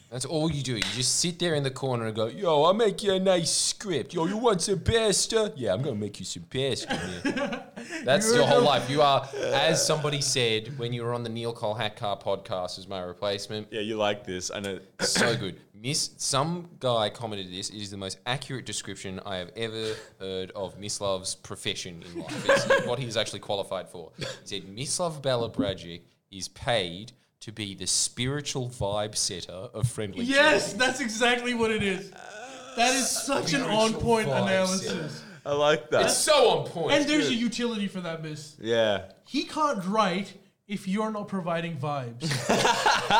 Speaker 3: That's all you do. You just sit there in the corner and go, "Yo, I'll make you a nice script. Yo, you want some pasta? Yeah, I'm gonna make you some pasta." man." That's your whole life. You are, as somebody said when you were on the Neil Cole Hatcar podcast as my replacement.
Speaker 2: yeah, you like this. I know.
Speaker 3: So good. Miss some guy commented this. It is the most accurate description I have ever heard of Miss Love's profession in life. It's what he is actually qualified for. He said Miss Love Bella Bradgick is paid to be the spiritual vibe setter of friendly.
Speaker 1: Yes, that's exactly what it is. That is
Speaker 2: Uh,
Speaker 1: such an on
Speaker 3: Spiritual
Speaker 1: point
Speaker 3: vibes,
Speaker 1: analysis.
Speaker 2: I like that.
Speaker 3: Children. So on point.
Speaker 1: And there's a utility for that, miss.
Speaker 2: yeah.
Speaker 1: He can't write if you're not providing vibes.
Speaker 2: (laughs)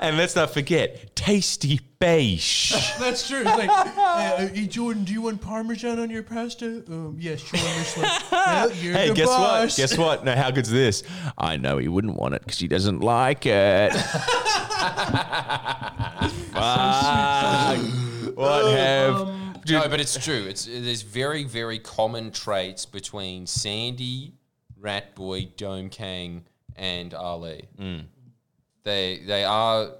Speaker 2: And let's not forget, tasty
Speaker 3: (laughs)
Speaker 2: beige.
Speaker 1: That's true. It's like, uh, hey, Jordan, do you want Parmesan on your pasta? Um, yes, sure. Miss
Speaker 2: (laughs)
Speaker 1: Love. Well, you're
Speaker 2: hey,
Speaker 1: the
Speaker 2: guess
Speaker 1: boss. (laughs)
Speaker 2: what? Guess what? Now, how good's this? I know he wouldn't want it because he doesn't like
Speaker 3: (laughs)
Speaker 2: it. Fuck. What Uh,
Speaker 3: Um,
Speaker 2: have? Dude,
Speaker 3: no, but it's true. It's there's very very common traits between Sandy, Rat Boy, Dome Kang, and Ali.
Speaker 2: Mm.
Speaker 3: They they are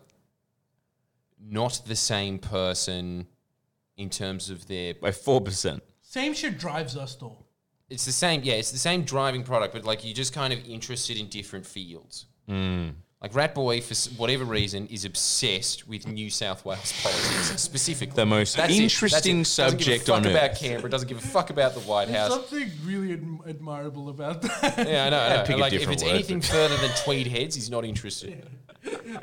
Speaker 3: not the same person in terms of their.
Speaker 2: by four percent.
Speaker 1: Same shit drives us though.
Speaker 3: It's the same. Yeah, it's the same driving product, but like you're just kind of interested in different fields.
Speaker 2: Mm.
Speaker 3: Like Rat Boy, for s- whatever reason, is obsessed with New South Wales politics specifically.
Speaker 2: The most
Speaker 3: it,
Speaker 2: interesting
Speaker 3: that's it. Doesn't give a
Speaker 2: subject on
Speaker 3: fuck
Speaker 2: earth.
Speaker 3: about Canberra. Doesn't give a fuck about the White
Speaker 1: There's
Speaker 3: House.
Speaker 1: something really adm- admirable about that. (laughs)
Speaker 3: Yeah, I know. I know.
Speaker 2: pick a
Speaker 3: And, like, if
Speaker 2: different
Speaker 3: it's
Speaker 2: word,
Speaker 3: anything further than tweed heads, he's not interested.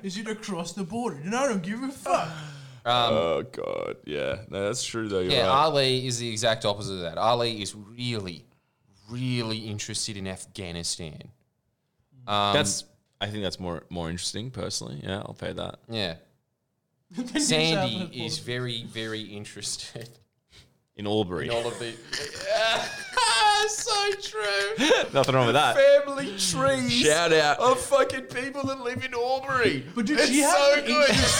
Speaker 1: Is it across the border? And I don't give a fuck. (laughs)
Speaker 2: oh god, yeah. No, that's true though. You're
Speaker 3: Yeah, Ali is the exact opposite of that. Ali is really, really interested in Afghanistan. Um,
Speaker 2: that's. I think that's more more interesting personally. Yeah, I'll pay that.
Speaker 3: yeah.
Speaker 1: The New South Wales
Speaker 3: Sandy is
Speaker 1: border.
Speaker 3: very, very interested
Speaker 2: (laughs) In Albury,
Speaker 3: in all of the. (laughs) Ah, so true.
Speaker 2: (laughs) nothing wrong with that.
Speaker 3: Family trees.
Speaker 2: Uh, Shout out.
Speaker 3: Of fucking people that live in Albury.
Speaker 1: But did
Speaker 3: it's
Speaker 1: she have
Speaker 3: so
Speaker 1: an
Speaker 3: good. (laughs) They're
Speaker 1: (laughs)
Speaker 3: just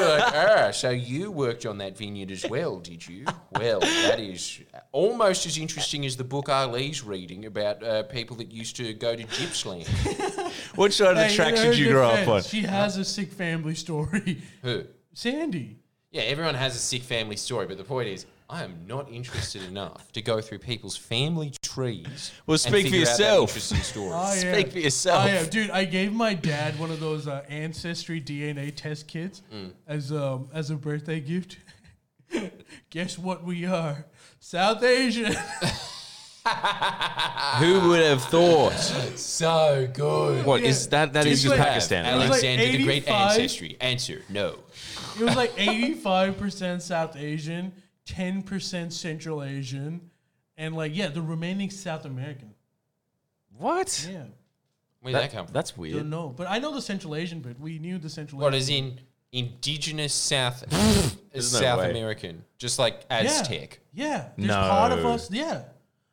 Speaker 3: like, ah, so you worked on that vineyard as well, did you? Well, that is almost as interesting as the book Ali's reading about uh, people that used to go to Gippsland.
Speaker 2: What side of the
Speaker 1: Hey,
Speaker 2: track
Speaker 1: in
Speaker 2: should
Speaker 1: her
Speaker 2: you grow up on?
Speaker 1: defense, She has a sick family story.
Speaker 3: (laughs) Who?
Speaker 1: Sandy.
Speaker 3: Yeah, everyone has a sick family story, but the point is, I am not interested enough to go through people's family trees.
Speaker 2: Well,
Speaker 3: and
Speaker 2: speak for
Speaker 3: figure out that
Speaker 2: yourself.
Speaker 3: Interesting story.
Speaker 1: I am.
Speaker 2: Speak for yourself.
Speaker 1: I am. Dude, I gave my dad one of those uh, ancestry DNA test kits
Speaker 3: Mm.
Speaker 1: as um as a birthday gift. (laughs) Guess what we are? South Asian. (laughs)
Speaker 2: Who would have thought?
Speaker 3: so good.
Speaker 2: What is
Speaker 1: Yeah.
Speaker 2: that? That is
Speaker 1: It's
Speaker 2: just
Speaker 1: like-
Speaker 2: Pakistan.
Speaker 1: It's
Speaker 2: right?
Speaker 1: like
Speaker 3: Alexander the Great
Speaker 1: 85.
Speaker 3: ancestry. Answer no.
Speaker 1: It was like 85% South Asian, 10% Central Asian, and like, yeah, the remaining South American.
Speaker 2: What?
Speaker 1: Yeah.
Speaker 2: That-
Speaker 3: Where did that come from?
Speaker 2: that's
Speaker 1: Don't
Speaker 2: weird.
Speaker 1: know. But I know the Central Asian bit. We knew the Central
Speaker 3: What
Speaker 1: Asian.
Speaker 3: is in indigenous South
Speaker 2: There's no
Speaker 3: South
Speaker 2: way.
Speaker 3: American, just like Aztec.
Speaker 1: Yeah. There's part of
Speaker 2: No.
Speaker 1: us. Yeah.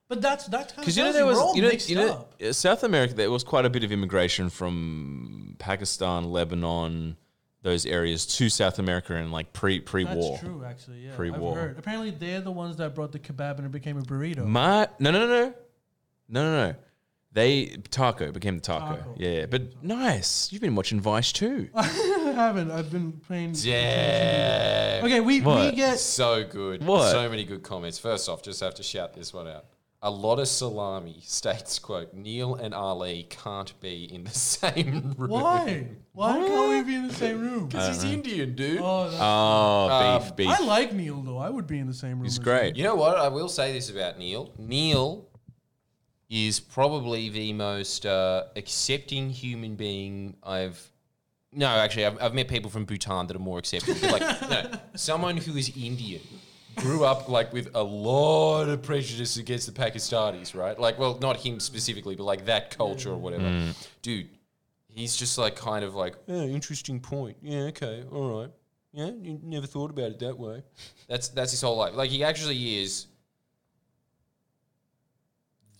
Speaker 1: But that's that's kind of
Speaker 2: Because you know there
Speaker 1: we're
Speaker 2: was
Speaker 1: all
Speaker 2: you know,
Speaker 1: mixed
Speaker 2: you know
Speaker 1: up.
Speaker 2: uh, South America there was quite a bit of immigration from Pakistan, Lebanon, those areas to South America in like pre pre
Speaker 1: That's
Speaker 2: war.
Speaker 1: true, actually. Yeah.
Speaker 2: Pre-war.
Speaker 1: I've heard. Apparently, they're the ones that brought the kebab and it became a burrito.
Speaker 2: My no no no no no no no. They taco became the taco.
Speaker 1: Taco.
Speaker 2: Yeah, yeah, but nice. You've been watching Vice too.
Speaker 1: (laughs) I haven't. I've been playing.
Speaker 3: Yeah.
Speaker 1: Okay, we, we
Speaker 2: What?
Speaker 1: get.
Speaker 3: So good.
Speaker 2: What?
Speaker 3: So many good comments. First off, just have to shout this one out. A lot of salami (laughs) states quote Neil and Ali can't be in the (laughs) same room. (laughs)
Speaker 1: Why? Why can't we be in the same room?
Speaker 2: Uh,
Speaker 3: Because he's Indian, dude.
Speaker 1: Oh, that's-
Speaker 2: Oh, beef, beef.
Speaker 1: I like Neil though. I would be in the same room.
Speaker 2: it's
Speaker 1: as him.
Speaker 2: great.
Speaker 3: You know what? I will say this about Neil. Neil is probably the most uh, accepting human being I've. No, actually, I've, I've met people from Bhutan that are more accepting. But like, no, someone who is Indian grew up like with a lot of prejudice against the Pakistanis, right? Like, well, not him specifically, but like that culture or whatever. Dude, he's just like kind of like, oh, interesting point. Yeah, okay, all right. Yeah, you never thought about it that way. That's that's his whole life. Like he actually is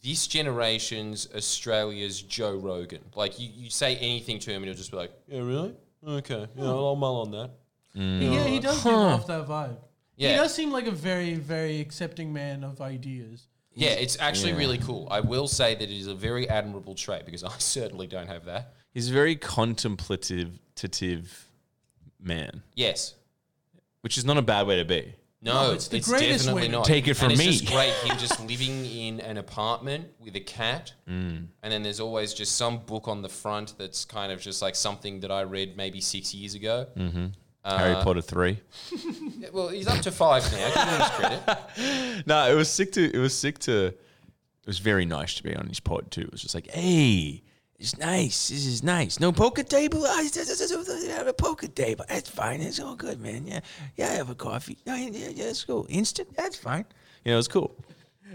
Speaker 3: this generation's Australia's Joe Rogan. Like you, you say anything to him and he'll just be like, Yeah, really? Okay. Yeah, I'll mull on that.
Speaker 1: Yeah, he does give off that vibe. He
Speaker 3: Yeah.
Speaker 1: does seem like a very, very accepting man of ideas.
Speaker 3: Yeah, it's actually really cool. I will say that it is a very admirable trait because (laughs) I certainly don't have that.
Speaker 2: He's a very contemplative tative man,
Speaker 3: Yes.
Speaker 2: which is not a bad way to be.
Speaker 3: No,
Speaker 1: No, it's
Speaker 3: it's,
Speaker 1: the greatest
Speaker 3: definitely
Speaker 1: way to-
Speaker 3: not.
Speaker 2: Take it from
Speaker 3: and
Speaker 2: me.
Speaker 3: It's just great him just living in an apartment with a cat, and then there's always just some book on the front that's kind of just like something that I read maybe six years ago.
Speaker 2: Harry Potter three.
Speaker 3: Yeah, Well, he's up to five now. Give him his credit.
Speaker 2: No, it was sick to. It was sick to. It was very nice to be on his pod too. It was just like, hey, it's nice. This is nice. No poker table. Oh, I have a poker table. That's fine. It's all good, man. Yeah, yeah. I have a coffee. No, yeah, yeah, yeah, it's cool. Instant. That's fine. You know, it's cool.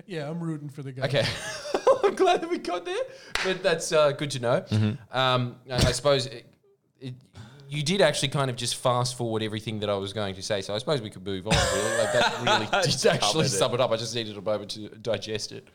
Speaker 1: Yeah, I'm rooting for the guy.
Speaker 3: Okay, (laughs) I'm glad that we got there, but that's uh, good to know. Um, I I suppose it, it, you did actually kind of just fast forward everything that I was going to say, so I suppose we could move on. Really,
Speaker 2: (laughs)
Speaker 3: like that really did actually
Speaker 2: covered it.
Speaker 3: sum it up. I just needed a moment to digest it.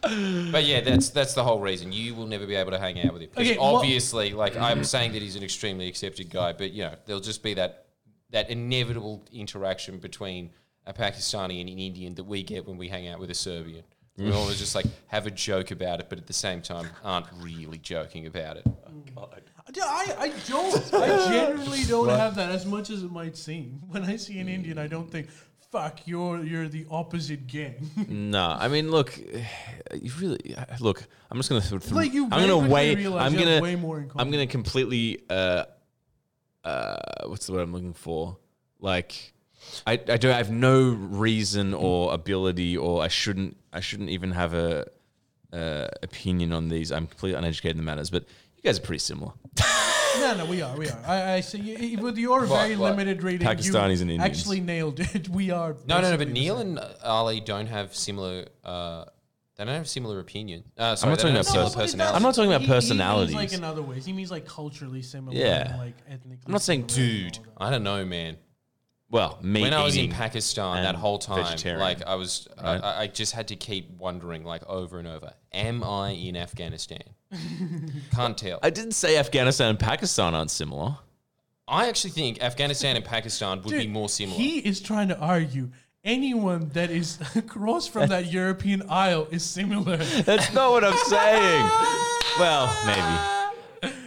Speaker 3: But yeah, that's that's the whole reason. You will never be able to hang out with him. 'Cause
Speaker 1: Okay, well-
Speaker 3: obviously, like I'm saying that he's an extremely accepted guy, but you know, there'll just be that that inevitable interaction between a Pakistani and an Indian that we get when we hang out with a Serbian. We
Speaker 2: Mm.
Speaker 3: always just like have a joke about it, but at the same time aren't really joking about it.
Speaker 1: Dude, I, I don't.
Speaker 2: (laughs)
Speaker 1: I generally don't have that as much as it might seem. (laughs) When I see an Indian, I don't think, fuck, you're you're the opposite gang. (laughs)
Speaker 2: Hmm. No, I mean, look, (sighs) you really look. I'm just gonna th- th-
Speaker 1: Like, you
Speaker 2: I'm
Speaker 1: very
Speaker 2: gonna
Speaker 1: quickly
Speaker 2: weigh.
Speaker 1: realize
Speaker 2: I'm
Speaker 1: you have
Speaker 2: gonna
Speaker 1: way more in
Speaker 2: I'm
Speaker 1: common.
Speaker 2: gonna completely. Uh, uh, what's the word I'm looking for? Like, I I don't I have no reason or ability or I shouldn't I shouldn't even have a uh, opinion on these. I'm completely uneducated in the matters, but you guys are pretty similar.
Speaker 1: no, no, we are, we are. I, I see. y- y- With
Speaker 2: (laughs)
Speaker 1: your very
Speaker 3: what?
Speaker 1: limited reading,
Speaker 2: Pakistanis
Speaker 1: you
Speaker 2: and Indians.
Speaker 1: actually nailed it. (laughs) We are.
Speaker 3: No, no, no. But
Speaker 1: basically the
Speaker 3: Neil
Speaker 1: same.
Speaker 3: and uh, Ali don't have similar. Uh, they don't have similar opinion. Uh, sorry,
Speaker 2: not
Speaker 3: they
Speaker 2: talking
Speaker 3: don't have
Speaker 2: about
Speaker 3: similar
Speaker 2: pers-
Speaker 3: personality.
Speaker 2: I'm not talking about
Speaker 1: He- he means, like
Speaker 2: personalities.
Speaker 1: in other ways, he means like culturally similar.
Speaker 2: Yeah.
Speaker 1: and, like ethnically.
Speaker 2: I'm not saying
Speaker 1: similar and
Speaker 2: dude.
Speaker 1: all that.
Speaker 3: I don't know, man.
Speaker 2: Well, me
Speaker 3: When I was in
Speaker 2: eating-
Speaker 3: Pakistan
Speaker 2: and
Speaker 3: that whole time,
Speaker 2: vegetarian,
Speaker 3: like I was,
Speaker 2: right?
Speaker 3: I, I just had to keep wondering, like over and over, am I in (laughs) Afghanistan? Can't tell.
Speaker 2: I didn't say Afghanistan and Pakistan aren't similar.
Speaker 3: I actually think Afghanistan and Pakistan would be
Speaker 1: Dude,
Speaker 3: more similar.
Speaker 1: He is trying to argue anyone that is (laughs) across from that European aisle is similar.
Speaker 2: That's not what I'm
Speaker 3: (laughs)
Speaker 2: saying. well, maybe.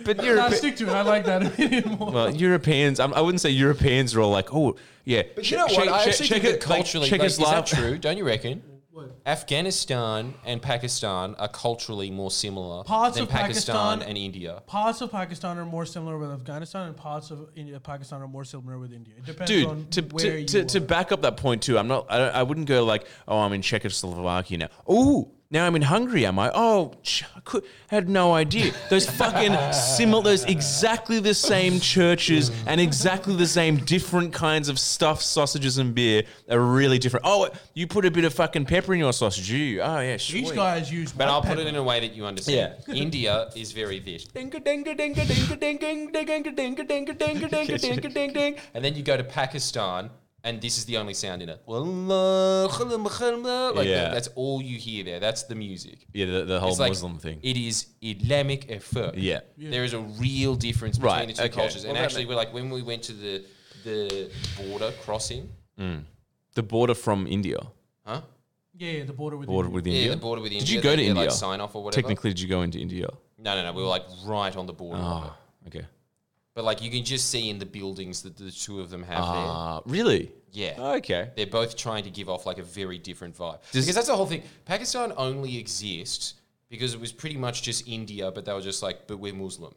Speaker 2: But
Speaker 1: I
Speaker 2: Europe-
Speaker 1: stick to it. I like that (laughs) opinion more.
Speaker 3: Oh.
Speaker 2: well, Europeans, I'm, I wouldn't say Europeans are all like, oh, yeah.
Speaker 3: But you know what? I actually think that culturally, like, is that
Speaker 2: Czechoslovakia-
Speaker 3: true? Don't you reckon? Afghanistan and Pakistan are culturally more similar
Speaker 1: Parts
Speaker 3: than
Speaker 1: of Pakistan-
Speaker 3: Pakistan and India.
Speaker 1: Parts of Pakistan are more similar with Afghanistan, and parts of India, Pakistan are more similar with India. It depends on
Speaker 2: Dude, to,
Speaker 1: where
Speaker 2: to,
Speaker 1: you
Speaker 2: to, to
Speaker 1: are.
Speaker 2: back up that point too, I'm not. I, don't, I wouldn't go like, oh, I'm in Czechoslovakia now. Oh, now I'm in Hungary. Am I? Oh, ch- I could, had no idea. Those fucking similar, those exactly the same churches and exactly the same different kinds of stuff, sausages and beer are really different. Oh, you put a bit of fucking pepper in your sausage, do you? Oh yeah, sweet.
Speaker 1: These guys use.
Speaker 3: But
Speaker 1: white
Speaker 3: I'll put
Speaker 1: pepper.
Speaker 3: it in a way that you understand. (laughs) India is very this. And then you go to Pakistan, and this is the only sound in it. Like
Speaker 2: Yeah.
Speaker 3: that- that's all you hear there. That's the music.
Speaker 2: Yeah, the, the whole
Speaker 3: It's like,
Speaker 2: Muslim thing.
Speaker 3: It is Islamic effort.
Speaker 2: Yeah.
Speaker 3: There is a real difference between
Speaker 2: Right,
Speaker 3: the two
Speaker 2: okay.
Speaker 3: cultures. And
Speaker 2: Well, that
Speaker 3: actually, we're like when we went to the the border crossing,
Speaker 2: The border from India.
Speaker 3: huh?
Speaker 1: Yeah, yeah, the border with
Speaker 2: Border
Speaker 1: India.
Speaker 2: with
Speaker 3: Mm-hmm. Yeah,
Speaker 2: India.
Speaker 3: the border with India.
Speaker 2: Did you go
Speaker 3: they
Speaker 2: to
Speaker 3: get,
Speaker 2: India?
Speaker 3: Like sign off or whatever.
Speaker 2: Technically, did you go into India?
Speaker 3: No, no, no. We were like right on the border. of it.
Speaker 2: Oh, okay.
Speaker 3: But like you can just see in the buildings that the two of them have
Speaker 2: Ah, really?
Speaker 3: there. Yeah.
Speaker 2: Okay.
Speaker 3: They're both trying to give off like a very different vibe.
Speaker 2: Does-
Speaker 3: because that's the whole thing. Pakistan only exists because it was pretty much just India, but they were just like, but we're Muslim.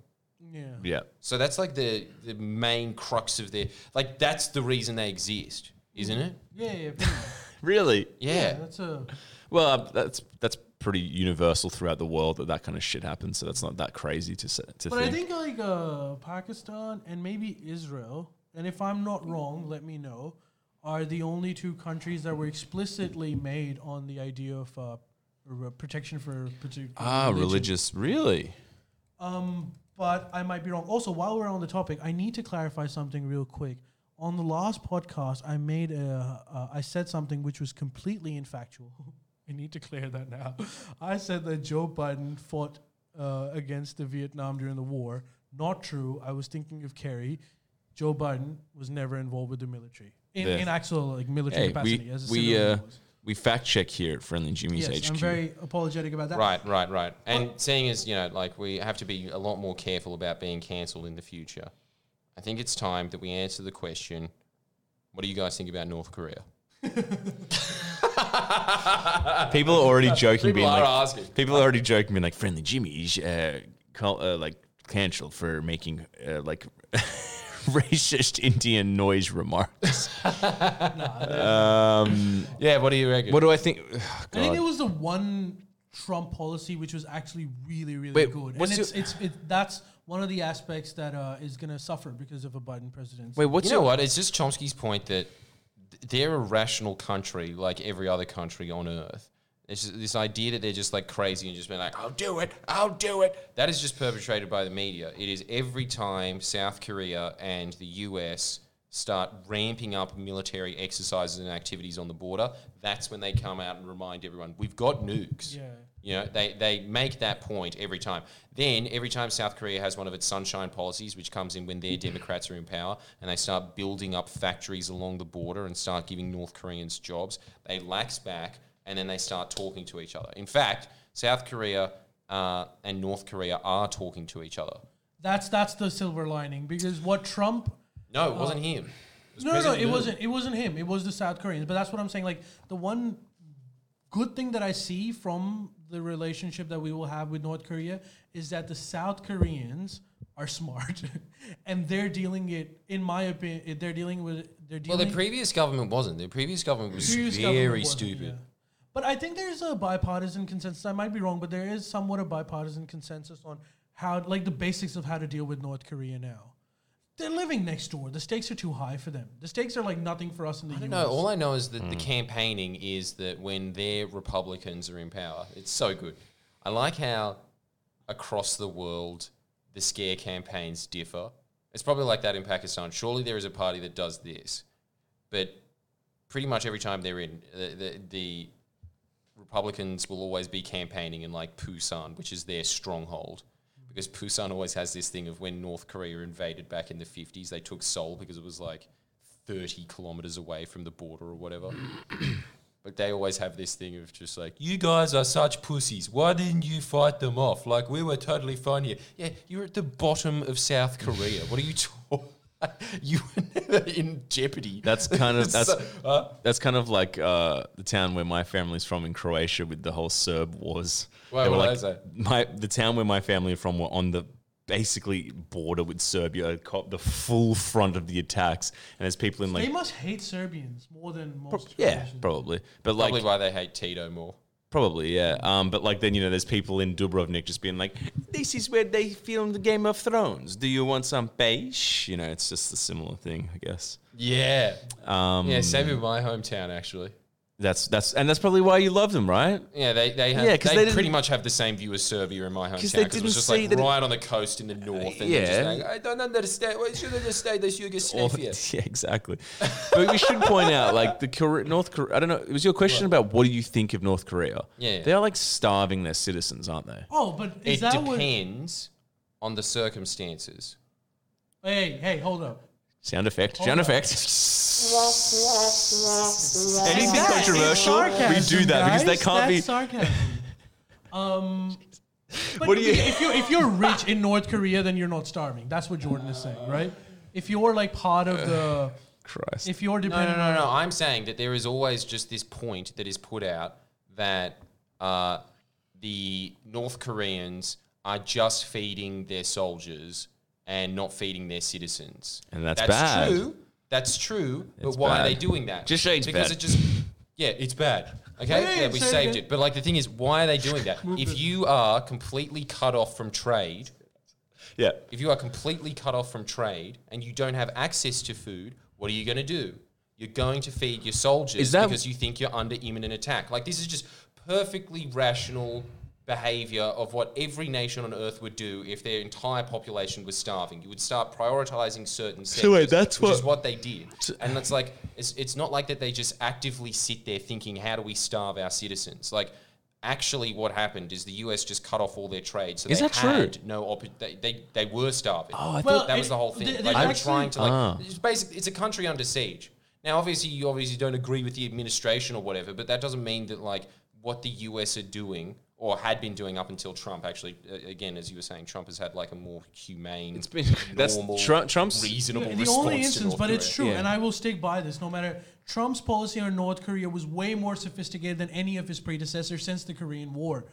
Speaker 1: Yeah.
Speaker 2: Yeah.
Speaker 3: So that's like the the main crux of their like that's the reason they exist, isn't it?
Speaker 1: Yeah, yeah, pretty much.
Speaker 2: Really?
Speaker 3: Yeah.
Speaker 1: yeah. That's a
Speaker 2: Well, uh, that's that's pretty universal throughout the world that that kind of shit happens. So that's not that crazy to s- to
Speaker 1: But
Speaker 2: think.
Speaker 1: I think like uh, Pakistan and maybe Israel, and if I'm not wrong, let me know, are the only two countries that were explicitly made on the idea of uh, r- protection for particular
Speaker 2: ah, religious, really?
Speaker 1: Um, but I might be wrong. Also, while we're on the topic, I need to clarify something real quick. On the last podcast, I made a uh, I said something which was completely infactual. (laughs) I need to clear that now. I said that Joe Biden fought uh, against the Vietnam during the war. Not true. I was thinking of Kerry. Joe Biden was never involved with the military in,
Speaker 2: Yeah.
Speaker 1: in actual like military
Speaker 2: Hey,
Speaker 1: capacity
Speaker 2: we
Speaker 1: as a
Speaker 2: we uh,
Speaker 1: civilian was.
Speaker 2: we fact check here at Friendly Jimmy's
Speaker 1: Yes,
Speaker 2: HQ.
Speaker 1: I'm very apologetic about that.
Speaker 3: Right, right, right. And seeing as, you know, like we have to be a lot more careful about being cancelled in the future, I think it's time that we answer the question what do you guys think about North Korea?
Speaker 2: people are already joking,
Speaker 3: People
Speaker 2: being
Speaker 3: are
Speaker 2: like,
Speaker 3: asking.
Speaker 2: people are already joking, being like, Friendly Jimmy's uh, call, uh, like cancelled for making uh, like (laughs) racist Indian noise remarks. um,
Speaker 3: Yeah, what do you reckon?
Speaker 2: what do I think? Oh,
Speaker 1: I think it
Speaker 2: God.
Speaker 1: was the one Trump policy which was actually really, really
Speaker 2: Wait,
Speaker 1: good. And
Speaker 2: what's
Speaker 1: it's,
Speaker 2: your-
Speaker 1: it's, it, that's one of the aspects that uh, is going to suffer because of a Biden presidency.
Speaker 2: Wait, what's
Speaker 3: you know
Speaker 2: your,
Speaker 3: what? It's just Chomsky's point that th- they're a rational country like every other country on earth. It's just this idea that they're just like crazy and just being like, I'll do it, I'll do it. That is just perpetrated by the media. It is every time South Korea and the US start ramping up military exercises and activities on the border, that's when they come out and remind everyone, we've got nukes.
Speaker 1: Yeah.
Speaker 3: You know, they, they make that point every time. Then every time South Korea has one of its sunshine policies, which comes in when their Democrats are in power, and they start building up factories along the border and start giving North Koreans jobs, they lax back and then they start talking to each other. In fact, South Korea uh, and North Korea are talking to each other.
Speaker 1: That's that's the silver lining because what Trump
Speaker 3: No, it wasn't him. It was
Speaker 1: No, no, no,
Speaker 3: President
Speaker 1: it
Speaker 3: Moon.
Speaker 1: wasn't. It wasn't him. It was the South Koreans. But that's what I'm saying. Like the one good thing that I see from the relationship that we will have with North Korea is that the South Koreans are (laughs) smart, and they're dealing it. In my opinion, they're dealing with. They're
Speaker 3: Well,
Speaker 1: dealing.
Speaker 3: the previous government wasn't. The previous government was
Speaker 1: previous government
Speaker 3: very
Speaker 1: wasn't,
Speaker 3: stupid.
Speaker 1: yeah. But I think there's a bipartisan consensus. I might be wrong, but there is somewhat a bipartisan consensus on how, like, the basics of how to deal with North Korea now. They're living next door. The stakes are too high for them. The stakes are like nothing for us in the
Speaker 3: I don't
Speaker 1: US.
Speaker 3: know. All I know is that the campaigning is that when their Republicans are in power, it's so good. I like how across the world the scare campaigns differ. It's probably like that in Pakistan. Surely there is a party that does this, but pretty much every time they're in, the, the, the Republicans will always be campaigning in like Pusan, which is their stronghold. Because Pusan always has this thing of when North Korea invaded back in the 50s, they took Seoul because it was like 30 kilometers away from the border or whatever. (coughs) but they always have this thing of just like, you guys are such pussies. Why didn't you fight them off? Like, we were totally fine here. Yeah, you're at the bottom of South Korea. What are you (laughs) talking You were never in jeopardy.
Speaker 2: That's kind of that's
Speaker 3: (laughs) So- huh?
Speaker 2: that's kind of like uh, the town where my family's from in Croatia with the whole Serb wars.
Speaker 3: Wait,
Speaker 2: They were
Speaker 3: what
Speaker 2: like-
Speaker 3: is that?
Speaker 2: My the town where my family are from were on the basically border with Serbia, caught the full front of the attacks, and there's people in
Speaker 1: They
Speaker 2: like
Speaker 1: must hate Serbians more than most.
Speaker 2: yeah,
Speaker 1: Croatians.
Speaker 2: probably, but like
Speaker 3: Probably
Speaker 2: probably,
Speaker 3: why they hate Tito more.
Speaker 2: yeah, um, but like then you know there's people in Dubrovnik just being like, this is where they filmed the Game of Thrones. Do you want some beige? You know, it's just a similar thing, I guess.
Speaker 3: Yeah.
Speaker 2: Um,
Speaker 3: Yeah, same with my hometown actually.
Speaker 2: That's that's and that's probably why you love them, right?
Speaker 3: Yeah, they they have,
Speaker 2: Yeah, 'cause
Speaker 3: they,
Speaker 2: they didn't-
Speaker 3: pretty much have the same view as Serbia in my hometown because
Speaker 2: they
Speaker 3: it
Speaker 2: didn't
Speaker 3: was just
Speaker 2: see-
Speaker 3: like
Speaker 2: they didn't-
Speaker 3: right on the coast in the north. And yeah, just
Speaker 2: yeah.
Speaker 3: like, I don't understand. Why should I stay this
Speaker 2: Or- (laughs)
Speaker 3: Yugoslavia?
Speaker 2: yeah, exactly. but we should point out, like the Kore- North Korea. I don't know. It was your question about what do you think of North Korea?
Speaker 3: Yeah, yeah.
Speaker 2: they are like starving their citizens, aren't they?
Speaker 1: Oh, but is
Speaker 3: It
Speaker 1: that what?
Speaker 3: depends on the circumstances.
Speaker 1: Hey, hey, hold up.
Speaker 2: Sound effect. sound
Speaker 1: on.
Speaker 2: effect. Anything
Speaker 1: That is
Speaker 2: controversial, we
Speaker 1: sarcasm,
Speaker 2: do that because they
Speaker 1: guys.
Speaker 2: can't
Speaker 1: That's
Speaker 2: be.
Speaker 1: sarcasm. (laughs) um, but
Speaker 2: What do you-
Speaker 1: If you if you're rich in North Korea, then you're not starving. That's what Jordan is saying, right? If you're like part of the,
Speaker 2: Christ.
Speaker 1: if you're
Speaker 3: No, no,
Speaker 1: dependent,
Speaker 3: no, no. I'm saying that there is always just this point that is put out that uh, the North Koreans are just feeding their soldiers and not feeding their citizens.
Speaker 2: And that's bad.
Speaker 3: true. That's true.
Speaker 2: It's
Speaker 3: but why are they
Speaker 2: bad.
Speaker 3: doing that?
Speaker 2: Just say it's
Speaker 3: because
Speaker 2: bad.
Speaker 3: it just yeah, it's bad. Okay,
Speaker 1: Yeah,
Speaker 3: yeah,
Speaker 1: yeah,
Speaker 3: we
Speaker 1: say it
Speaker 3: saved
Speaker 1: again.
Speaker 3: it. But like the thing is, why are they doing that? if you are completely cut off from trade,
Speaker 2: yeah.
Speaker 3: if you are completely cut off from trade and you don't have access to food, what are you going to do? You're going to feed your soldiers
Speaker 2: Is that-
Speaker 3: because you think you're under imminent attack. Like this is just perfectly rational behavior of what every nation on earth would do if their entire population was starving. You would start prioritizing certain sectors,
Speaker 2: wait, that's
Speaker 3: which
Speaker 2: what-
Speaker 3: is what they did. And it's like it's, it's not like that they just actively sit there thinking, how do we starve our citizens? Like actually what happened is the US just cut off all their trade so
Speaker 2: Is
Speaker 3: they
Speaker 2: that true?
Speaker 3: had no op- they, they they were starving.
Speaker 2: Oh, I
Speaker 3: That
Speaker 2: Well,
Speaker 1: thought-
Speaker 3: that was
Speaker 1: it-
Speaker 3: the whole thing.
Speaker 1: th-
Speaker 3: like
Speaker 1: there's
Speaker 3: they were trying to like
Speaker 2: Ah.
Speaker 3: it's basically it's a country under siege. Now, obviously, you obviously don't agree with the administration or whatever, but that doesn't mean that like what the US are doing or had been doing up until Trump. Actually, a- again, as you were saying, Trump has had like a more humane,
Speaker 2: It's been- (laughs) that's
Speaker 3: normal,
Speaker 2: Tru- Trump's-
Speaker 3: reasonable
Speaker 1: the
Speaker 3: response
Speaker 1: only
Speaker 3: to
Speaker 1: instance,
Speaker 3: North
Speaker 1: but it's
Speaker 3: Korea.
Speaker 1: true,
Speaker 2: Yeah.
Speaker 1: and I will stick by this. No matter Trump's policy on North Korea was way more sophisticated than any of his predecessors since the Korean War.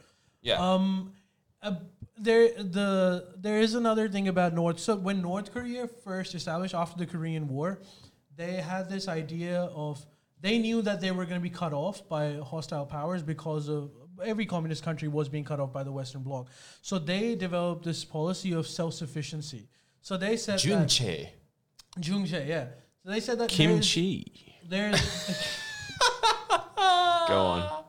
Speaker 3: Yeah,
Speaker 1: Uh, there, the there is another thing about North. So when North Korea first established after the Korean War, they had this idea of they knew that they were going to be cut off by hostile powers because of every communist country was being cut off by the Western Bloc. So they developed this policy of self sufficiency. So they said that-
Speaker 3: Junche.
Speaker 1: Jungjae, yeah. So they said that
Speaker 2: Kimchi.
Speaker 1: There's,
Speaker 2: Go on.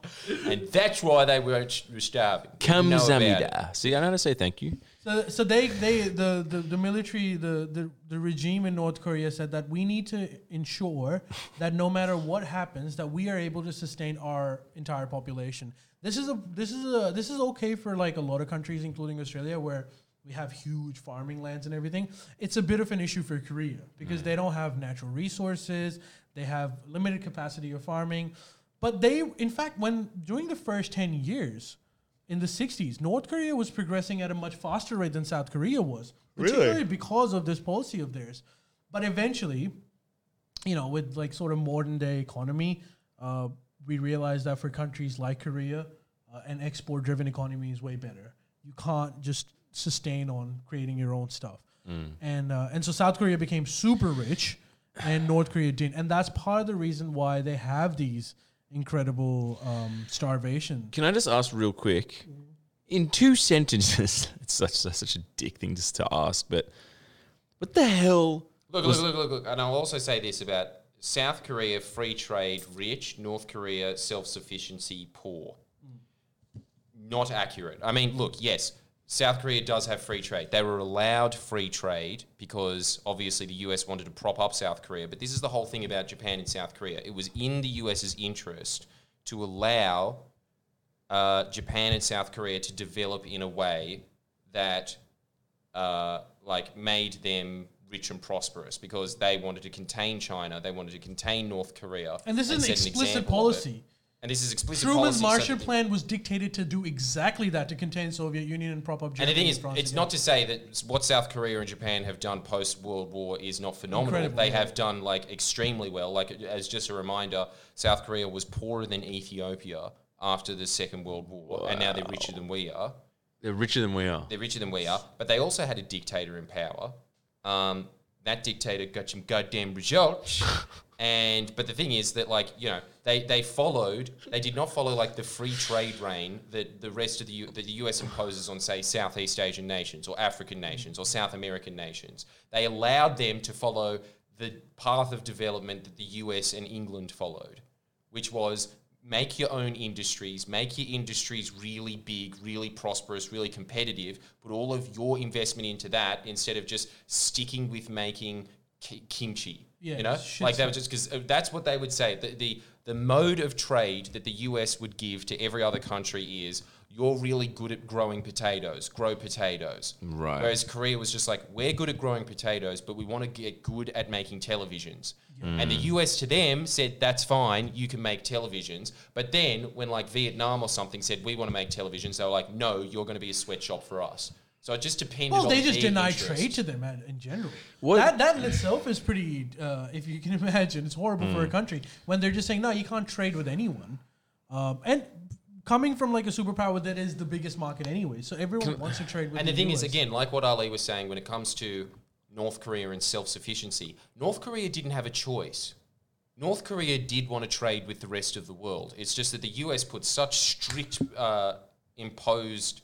Speaker 3: and that's why they were were starving. You know about it.
Speaker 2: Kamsamida. See, I know how to say thank you.
Speaker 1: there's so, so they they the, the, the military the, the the regime in North Korea said that we need to ensure that no matter what happens that we are able to sustain our entire population. This is a this is a this is okay for like a lot of countries including Australia where we have huge farming lands and everything. It's a bit of an issue for Korea because they don't have natural resources, they have limited capacity of farming. But they in fact when during the first 10 years in the 60s, North Korea was progressing at a much faster rate than South Korea was,
Speaker 2: Really?
Speaker 1: particularly because of this policy of theirs. But eventually, you know, with like sort of modern day economy, uh, we realize that for countries like Korea, uh, an export driven economy is way better. You can't just sustain on creating your own stuff. And, uh, and so South Korea became super rich and North Korea didn't. And that's part of the reason why they have these incredible um, starvation.
Speaker 2: Can I just ask real quick? In two sentences, (laughs) it's such such a dick thing just to ask, but what the hell?
Speaker 3: Look, look, look, look, look. And I'll also say this about South Korea, free trade, rich, North Korea, self sufficiency, poor. Not accurate. I mean, look, yes, South Korea does have free trade. They were allowed free trade because obviously the US wanted to prop up South Korea. But this is the whole thing about Japan and South Korea. It was in the US's interest to allow uh, Japan and South Korea to develop in a way that uh, like made them rich and prosperous because they wanted to contain China, they wanted to contain North Korea,
Speaker 1: And this is an
Speaker 3: set
Speaker 1: explicit
Speaker 3: example of it.
Speaker 1: policy.
Speaker 3: And this is explicit
Speaker 1: Truman's
Speaker 3: policy. so
Speaker 1: Marshall
Speaker 3: that-
Speaker 1: Plan was dictated to do exactly that to contain Soviet Union and prop up.
Speaker 3: And the
Speaker 1: Germany
Speaker 3: thing is,
Speaker 1: France
Speaker 3: it's
Speaker 1: again.
Speaker 3: not to say that what South Korea and Japan have done post World War is not phenomenal.
Speaker 1: Incredible,
Speaker 3: they
Speaker 1: yeah.
Speaker 3: have done like extremely well. Like as just a reminder, South Korea was poorer than Ethiopia after the Second World War, and now they're richer than we are.
Speaker 2: They're richer than we are.
Speaker 3: They're richer than we are, but they also had a dictator in power. Um, that dictator got some goddamn results. And but the thing is that like you know they, they followed they did not follow like the free trade reign that the rest of the U, that the U.S. imposes on say Southeast Asian nations or African nations or South American nations. They allowed them to follow the path of development that the U.S. and England followed which was make your own industries, make your industries really big, really prosperous, really competitive, put all of your investment into that instead of just sticking with making ki- kimchi.
Speaker 1: Yeah,
Speaker 3: you know,
Speaker 1: shit
Speaker 3: like that was just because uh, that's what they would say. The, the the mode of trade that the U.S. would give to every other country is you're really good at growing potatoes, grow potatoes.
Speaker 2: Right.
Speaker 3: Whereas Korea was just like we're good at growing potatoes, but we want to get good at making televisions. And the U.S. to them said that's fine, you can make televisions. But then when like Vietnam or something said we want to make televisions, they were like, no, you're going to be a sweatshop for us. So it just depended.
Speaker 1: Well,
Speaker 3: on
Speaker 1: they just
Speaker 3: their
Speaker 1: deny
Speaker 3: interest.
Speaker 1: trade to them at, in general.
Speaker 2: What-
Speaker 1: That that in itself is pretty, uh, if you can (laughs) imagine, it's horrible for a
Speaker 3: Hmm.
Speaker 1: country when they're just saying no, you can't trade with anyone. Um, and coming from like a superpower that is the biggest market anyway, so everyone wants to trade with.
Speaker 3: And the thing is,
Speaker 1: US.
Speaker 3: again, like what Ali was saying, when it comes to North Korea and self sufficiency, North Korea didn't have a choice. North Korea did want to trade with the rest of the world. It's just that the US put such strict uh, imposed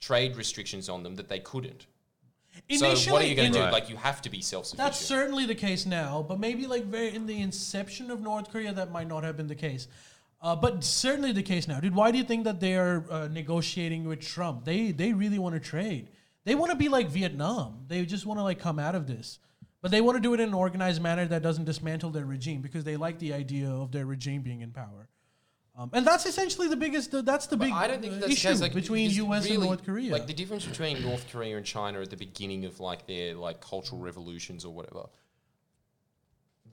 Speaker 3: trade restrictions on them that they couldn't. so what are you going
Speaker 1: in-
Speaker 3: to do? Like you have to be self sufficient.
Speaker 1: That's certainly the case now, but maybe like very in the inception of North Korea, that might not have been the case. Uh, but certainly the case now, dude. Why do you think that they are uh, negotiating with Trump? They they really want to trade. They want to be like Vietnam. They just want to like come out of this, but they want to do it in an organized manner that doesn't dismantle their regime because they like the idea of their regime being in power. Um, and that's essentially the biggest. that's the big
Speaker 3: I don't think
Speaker 1: uh,
Speaker 3: that's the
Speaker 1: issue
Speaker 3: case, like,
Speaker 1: between
Speaker 3: because
Speaker 1: U.S. and
Speaker 3: really,
Speaker 1: North Korea.
Speaker 3: Like the difference between North Korea and China at the beginning of like their like cultural revolutions or whatever,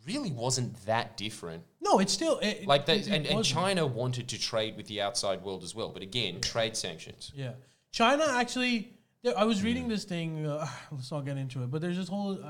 Speaker 3: really wasn't that different.
Speaker 1: no, it's still it,
Speaker 3: Like
Speaker 1: that.
Speaker 3: that, and, and China wanted to trade with the outside world as well, but again, trade sanctions.
Speaker 1: Yeah, China actually. There, I was reading this thing. Uh, (sighs) let's not get into it, but there's this whole. Uh,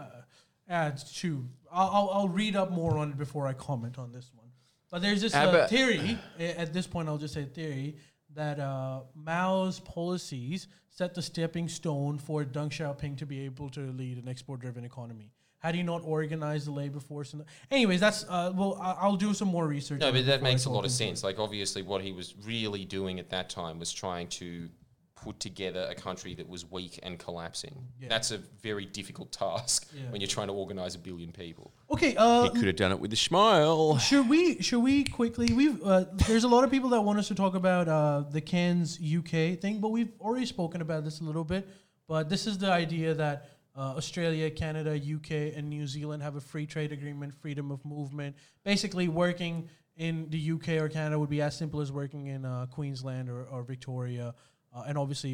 Speaker 1: ah, it's too. I'll, I'll I'll read up more on it before I comment on this one. But there's this
Speaker 2: Ah,
Speaker 3: (clears throat)
Speaker 1: uh,
Speaker 2: but-
Speaker 1: theory. a- At this point, I'll just say theory that uh, Mao's policies set the stepping stone for Deng Xiaoping to be able to lead an export-driven economy. Had he not organized the labor force? And anyways, that's uh, well. I- I'll do some more research.
Speaker 3: No,
Speaker 1: on it
Speaker 3: but that
Speaker 1: before I
Speaker 3: makes a
Speaker 1: go
Speaker 3: lot of
Speaker 1: into it.
Speaker 3: sense. Like, obviously, what he was really doing at that time was trying to put together a country that was weak and collapsing. That's a very difficult task
Speaker 1: Yeah.
Speaker 3: when you're trying to organize a billion people.
Speaker 1: Okay. Uh,
Speaker 2: He could have done it with a smile.
Speaker 1: Should we should we quickly we've uh, there's a lot of people that want us to talk about uh, the Cairns UK thing, but we've already spoken about this a little bit. But this is the idea that uh, Australia, Canada, UK, and New Zealand have a free trade agreement, freedom of movement. Basically, working in the UK or Canada would be as simple as working in uh, Queensland or, or Victoria. Uh, and obviously,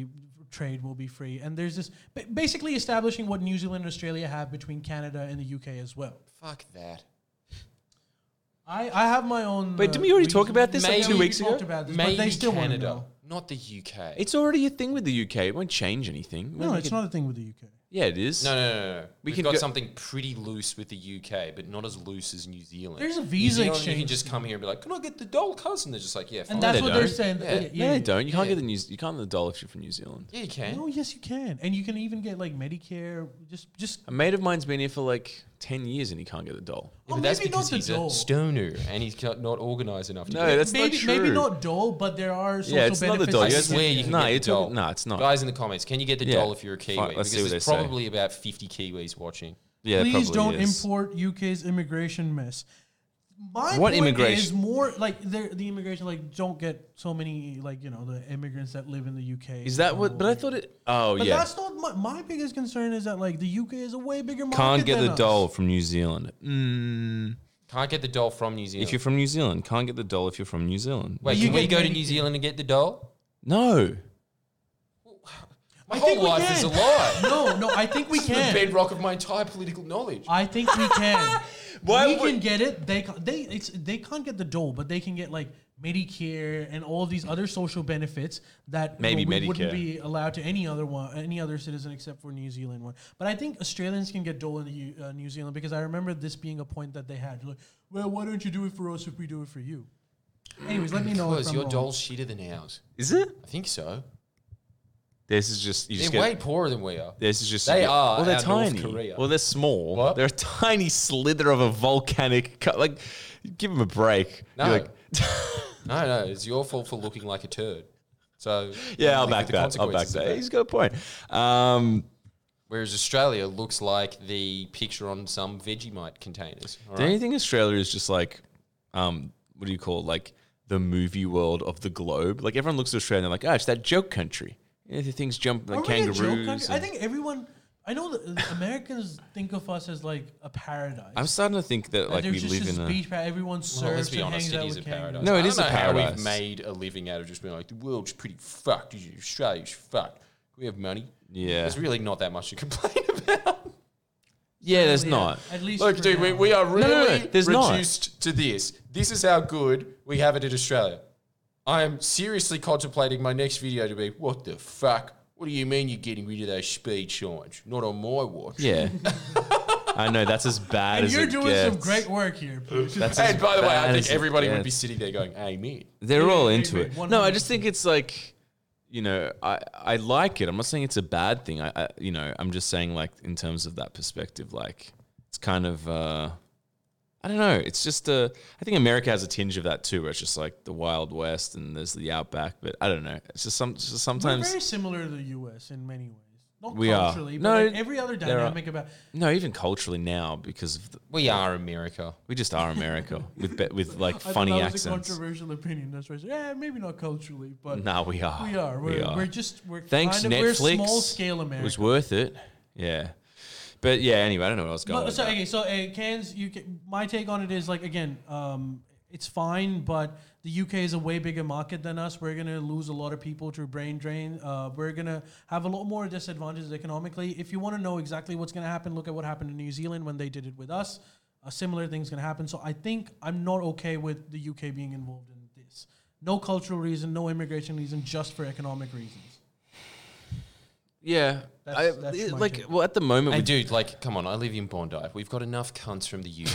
Speaker 1: trade will be free. And there's this ba- basically establishing what New Zealand and Australia have between Canada and the UK as well.
Speaker 3: Fuck that.
Speaker 1: I, I have my own.
Speaker 2: Wait, didn't we already talk about this, like,
Speaker 1: Maybe
Speaker 2: two
Speaker 1: we
Speaker 2: weeks ago?
Speaker 1: talked About this,
Speaker 3: Maybe
Speaker 1: but they still want to
Speaker 3: Canada,
Speaker 1: know.
Speaker 3: not the UK.
Speaker 2: It's already a thing with the UK. It won't change
Speaker 1: No,
Speaker 2: anything. We Oh,
Speaker 1: it's
Speaker 2: could-
Speaker 1: not a thing with the UK.
Speaker 2: Yeah, it is.
Speaker 3: no, no, no, no. We
Speaker 2: We
Speaker 3: have
Speaker 2: can
Speaker 3: got
Speaker 2: go-
Speaker 3: something pretty loose with the UK, but not as loose as New Zealand.
Speaker 1: There's a
Speaker 3: New
Speaker 1: visa
Speaker 3: Zealand, You can
Speaker 1: exchange
Speaker 3: just come here and be like, "Can I get the doll cousin?" They're just like, "Yeah, fine.
Speaker 1: And that's
Speaker 2: they
Speaker 1: what they're saying.
Speaker 2: don't.
Speaker 1: Yeah,
Speaker 3: Yeah.
Speaker 2: No,
Speaker 1: yeah.
Speaker 2: they don't. You can't
Speaker 3: Yeah.
Speaker 2: get the news. You can't get the dollar if you're from New Zealand.
Speaker 3: yeah, you can."
Speaker 1: No, yes, you can, and you can even get like Medicare. Just, just.
Speaker 2: A mate of mine's been here for like ten years and he can't get a doll.
Speaker 1: Oh,
Speaker 3: but that's
Speaker 1: maybe
Speaker 3: because
Speaker 1: not the
Speaker 3: he's
Speaker 1: doll.
Speaker 3: a stoner and he's got- not organized enough. To
Speaker 2: No,
Speaker 3: get it.
Speaker 2: that's
Speaker 1: maybe,
Speaker 2: not true.
Speaker 1: maybe not dole, but there are social
Speaker 2: Yeah, it's not the
Speaker 1: benefits.
Speaker 2: dole.
Speaker 3: I
Speaker 1: that
Speaker 2: Yeah,
Speaker 1: you
Speaker 2: it's-
Speaker 1: can
Speaker 3: swear you
Speaker 1: get.
Speaker 3: can
Speaker 2: Nah,
Speaker 3: get
Speaker 2: you're
Speaker 3: the
Speaker 2: talking-
Speaker 3: doll.
Speaker 2: nah, it's not.
Speaker 3: Guys in the comments, can you get the
Speaker 2: Yeah.
Speaker 3: doll if you're a Kiwi?
Speaker 2: Fine, let's
Speaker 3: because
Speaker 2: see what
Speaker 3: there's
Speaker 2: they say.
Speaker 3: probably about 50 Kiwis watching.
Speaker 2: Yeah,
Speaker 1: Please
Speaker 2: probably
Speaker 1: don't
Speaker 2: is.
Speaker 1: import UK's immigration mess. My
Speaker 2: What
Speaker 1: point
Speaker 2: immigration?
Speaker 1: is more like the the immigration. Like, don't get so many like you know the immigrants that live in the UK.
Speaker 2: Is that what? But I thought it. Oh
Speaker 1: But
Speaker 2: yeah,
Speaker 1: that's not my, my biggest concern. Is that like the UK is a way bigger market.
Speaker 2: can't get
Speaker 1: than
Speaker 2: the
Speaker 1: us.
Speaker 2: doll from New Zealand. Mm.
Speaker 3: Can't get the doll from New Zealand.
Speaker 2: If you're from New Zealand, can't get the doll if you're from New Zealand.
Speaker 3: Wait,
Speaker 1: You
Speaker 3: can we
Speaker 1: get
Speaker 3: go to
Speaker 1: many-
Speaker 3: New Zealand and get the doll?
Speaker 2: no.
Speaker 3: My
Speaker 1: think
Speaker 3: whole
Speaker 1: we
Speaker 3: life
Speaker 1: can.
Speaker 3: is
Speaker 1: (laughs)
Speaker 3: a lie. (laughs)
Speaker 1: No, no, I think we
Speaker 3: This is the
Speaker 1: can.
Speaker 3: bedrock of my entire political knowledge.
Speaker 1: I think we can.
Speaker 2: Why
Speaker 1: we
Speaker 2: would-
Speaker 1: can get it. They ca- they it's they can't get the dole, but they can get like Medicare and all these other social benefits that you
Speaker 2: Maybe
Speaker 1: know, we wouldn't
Speaker 2: Medicare.
Speaker 1: be allowed to any other one, any other citizen except for New Zealand one. But I think Australians can get dole in the U, uh, New Zealand because I remember this being a point that they had. Like, well, why don't you do it for us if we do it for you? Anyways, let me know. if
Speaker 3: Because
Speaker 1: I'm
Speaker 3: your
Speaker 1: wrong.
Speaker 3: doll's shitter than ours.
Speaker 2: Is it?
Speaker 3: I think so.
Speaker 2: This is just you just
Speaker 3: They're way
Speaker 2: get.
Speaker 3: poorer than we are.
Speaker 2: This is just
Speaker 3: They are
Speaker 2: Well, they're
Speaker 3: our North
Speaker 2: tiny.
Speaker 3: Korea.
Speaker 2: Well, they're small.
Speaker 3: What?
Speaker 2: They're a tiny slither of a volcanic. Co- like, give them a break.
Speaker 3: No.
Speaker 2: You're like,
Speaker 3: (laughs) No, no, it's your fault for looking like a turd. So
Speaker 2: (laughs) yeah, I'll
Speaker 3: live with
Speaker 2: back
Speaker 3: the
Speaker 2: that. I'll back
Speaker 3: consequences of
Speaker 2: that. He's got a point. Um,
Speaker 3: Whereas Australia looks like the picture on some Vegemite containers. all
Speaker 2: Do
Speaker 3: right?
Speaker 2: you think Australia is just like, um, what do you call it? Like the movie world of the globe? Like everyone looks at Australia and they're like, oh, it's that joke country. You know, the things jump like
Speaker 1: Are we Oh, a joke
Speaker 2: kangaroos.
Speaker 1: country? I
Speaker 2: and-
Speaker 1: think everyone. I know that Americans think of us as like a paradise.
Speaker 2: I'm starting to think that like
Speaker 1: there's
Speaker 2: we
Speaker 1: just
Speaker 2: live
Speaker 1: this
Speaker 2: in a.
Speaker 1: beach where everyone surfs
Speaker 3: Well, let's be
Speaker 1: and hangs
Speaker 3: honest, it
Speaker 1: out
Speaker 3: is a
Speaker 1: with
Speaker 3: paradise.
Speaker 1: kangaroos.
Speaker 2: No, it
Speaker 3: I don't
Speaker 2: is a
Speaker 3: know how
Speaker 2: paradise.
Speaker 3: We've made a living out of just being like the world's pretty fucked. Australia's fucked. We have money.
Speaker 2: Yeah.
Speaker 3: there's really not that much to (laughs) complain about.
Speaker 2: Yeah, there's
Speaker 1: Yeah,
Speaker 2: not.
Speaker 1: At least
Speaker 3: Look,
Speaker 1: for
Speaker 3: dude, we,
Speaker 1: now.
Speaker 3: we are
Speaker 2: no,
Speaker 3: really
Speaker 2: no, there's not.
Speaker 3: reduced to this. This is how good we have it in Australia. I am seriously contemplating my next video to be what the fuck. What do you mean you're getting rid of those speed signs? Not on my watch.
Speaker 1: (laughs)
Speaker 2: Yeah. I know that's as bad
Speaker 1: And
Speaker 2: as
Speaker 1: you're
Speaker 2: it
Speaker 1: doing
Speaker 2: gets.
Speaker 1: some great work here. Pooch.
Speaker 3: (laughs)
Speaker 2: That's as
Speaker 3: And by the way,
Speaker 2: bad
Speaker 3: I
Speaker 2: as
Speaker 3: think
Speaker 2: it
Speaker 3: everybody would be
Speaker 2: gets.
Speaker 3: sitting there going, "Amen."
Speaker 2: They're all
Speaker 1: Yeah,
Speaker 2: into
Speaker 1: agree,
Speaker 2: it. No, I just think it's like, you know, I, I like it. I'm not saying it's a bad thing. I, I you know, I'm just saying like in terms of that perspective, like it's kind of uh, I don't know. It's just uh, I think America has a tinge of that too, where it's just like the Wild West and there's the outback. But I don't know. It's just some it's just
Speaker 1: We're
Speaker 2: sometimes
Speaker 1: very similar to the U.S. in many ways. Not
Speaker 2: We are.
Speaker 1: culturally, but
Speaker 2: No,
Speaker 1: like every other
Speaker 2: there are.
Speaker 1: dynamic about
Speaker 2: No, even culturally now because of the,
Speaker 3: We are America.
Speaker 2: we just are
Speaker 1: (laughs)
Speaker 2: America with be, with like
Speaker 1: I
Speaker 2: funny
Speaker 1: thought that was a
Speaker 2: accents.
Speaker 1: controversial opinion. That's right. Yeah, maybe not culturally, but
Speaker 2: No, we are.
Speaker 1: we are. We're,
Speaker 2: we are.
Speaker 1: we're just we're
Speaker 2: Thanks,
Speaker 1: kind of,
Speaker 2: Netflix.
Speaker 1: We're small scale
Speaker 2: It
Speaker 1: America.
Speaker 2: was worth it. Yeah, but yeah. Anyway, I don't know what I was going.
Speaker 1: But-
Speaker 2: with
Speaker 1: so
Speaker 2: that.
Speaker 1: okay, so uh, cans. You can, my take on it is like again, um, it's fine, but the UK is a way bigger market than us. We're gonna lose a lot of people through brain drain. Uh, we're gonna have a lot more disadvantages economically. If you want to know exactly what's gonna happen, look at what happened in New Zealand when they did it with us. A similar thing's gonna happen. So I think I'm not okay with the UK being involved in this. No cultural reason, no immigration reason, just for economic reasons.
Speaker 2: Yeah,
Speaker 1: That's-
Speaker 2: I-
Speaker 1: that's
Speaker 2: it-
Speaker 1: my
Speaker 2: like
Speaker 1: take.
Speaker 2: well, at the moment,
Speaker 3: Hey,
Speaker 2: we,
Speaker 3: dude, like, come on, I live in Bondi. We've got enough cunts from the UK.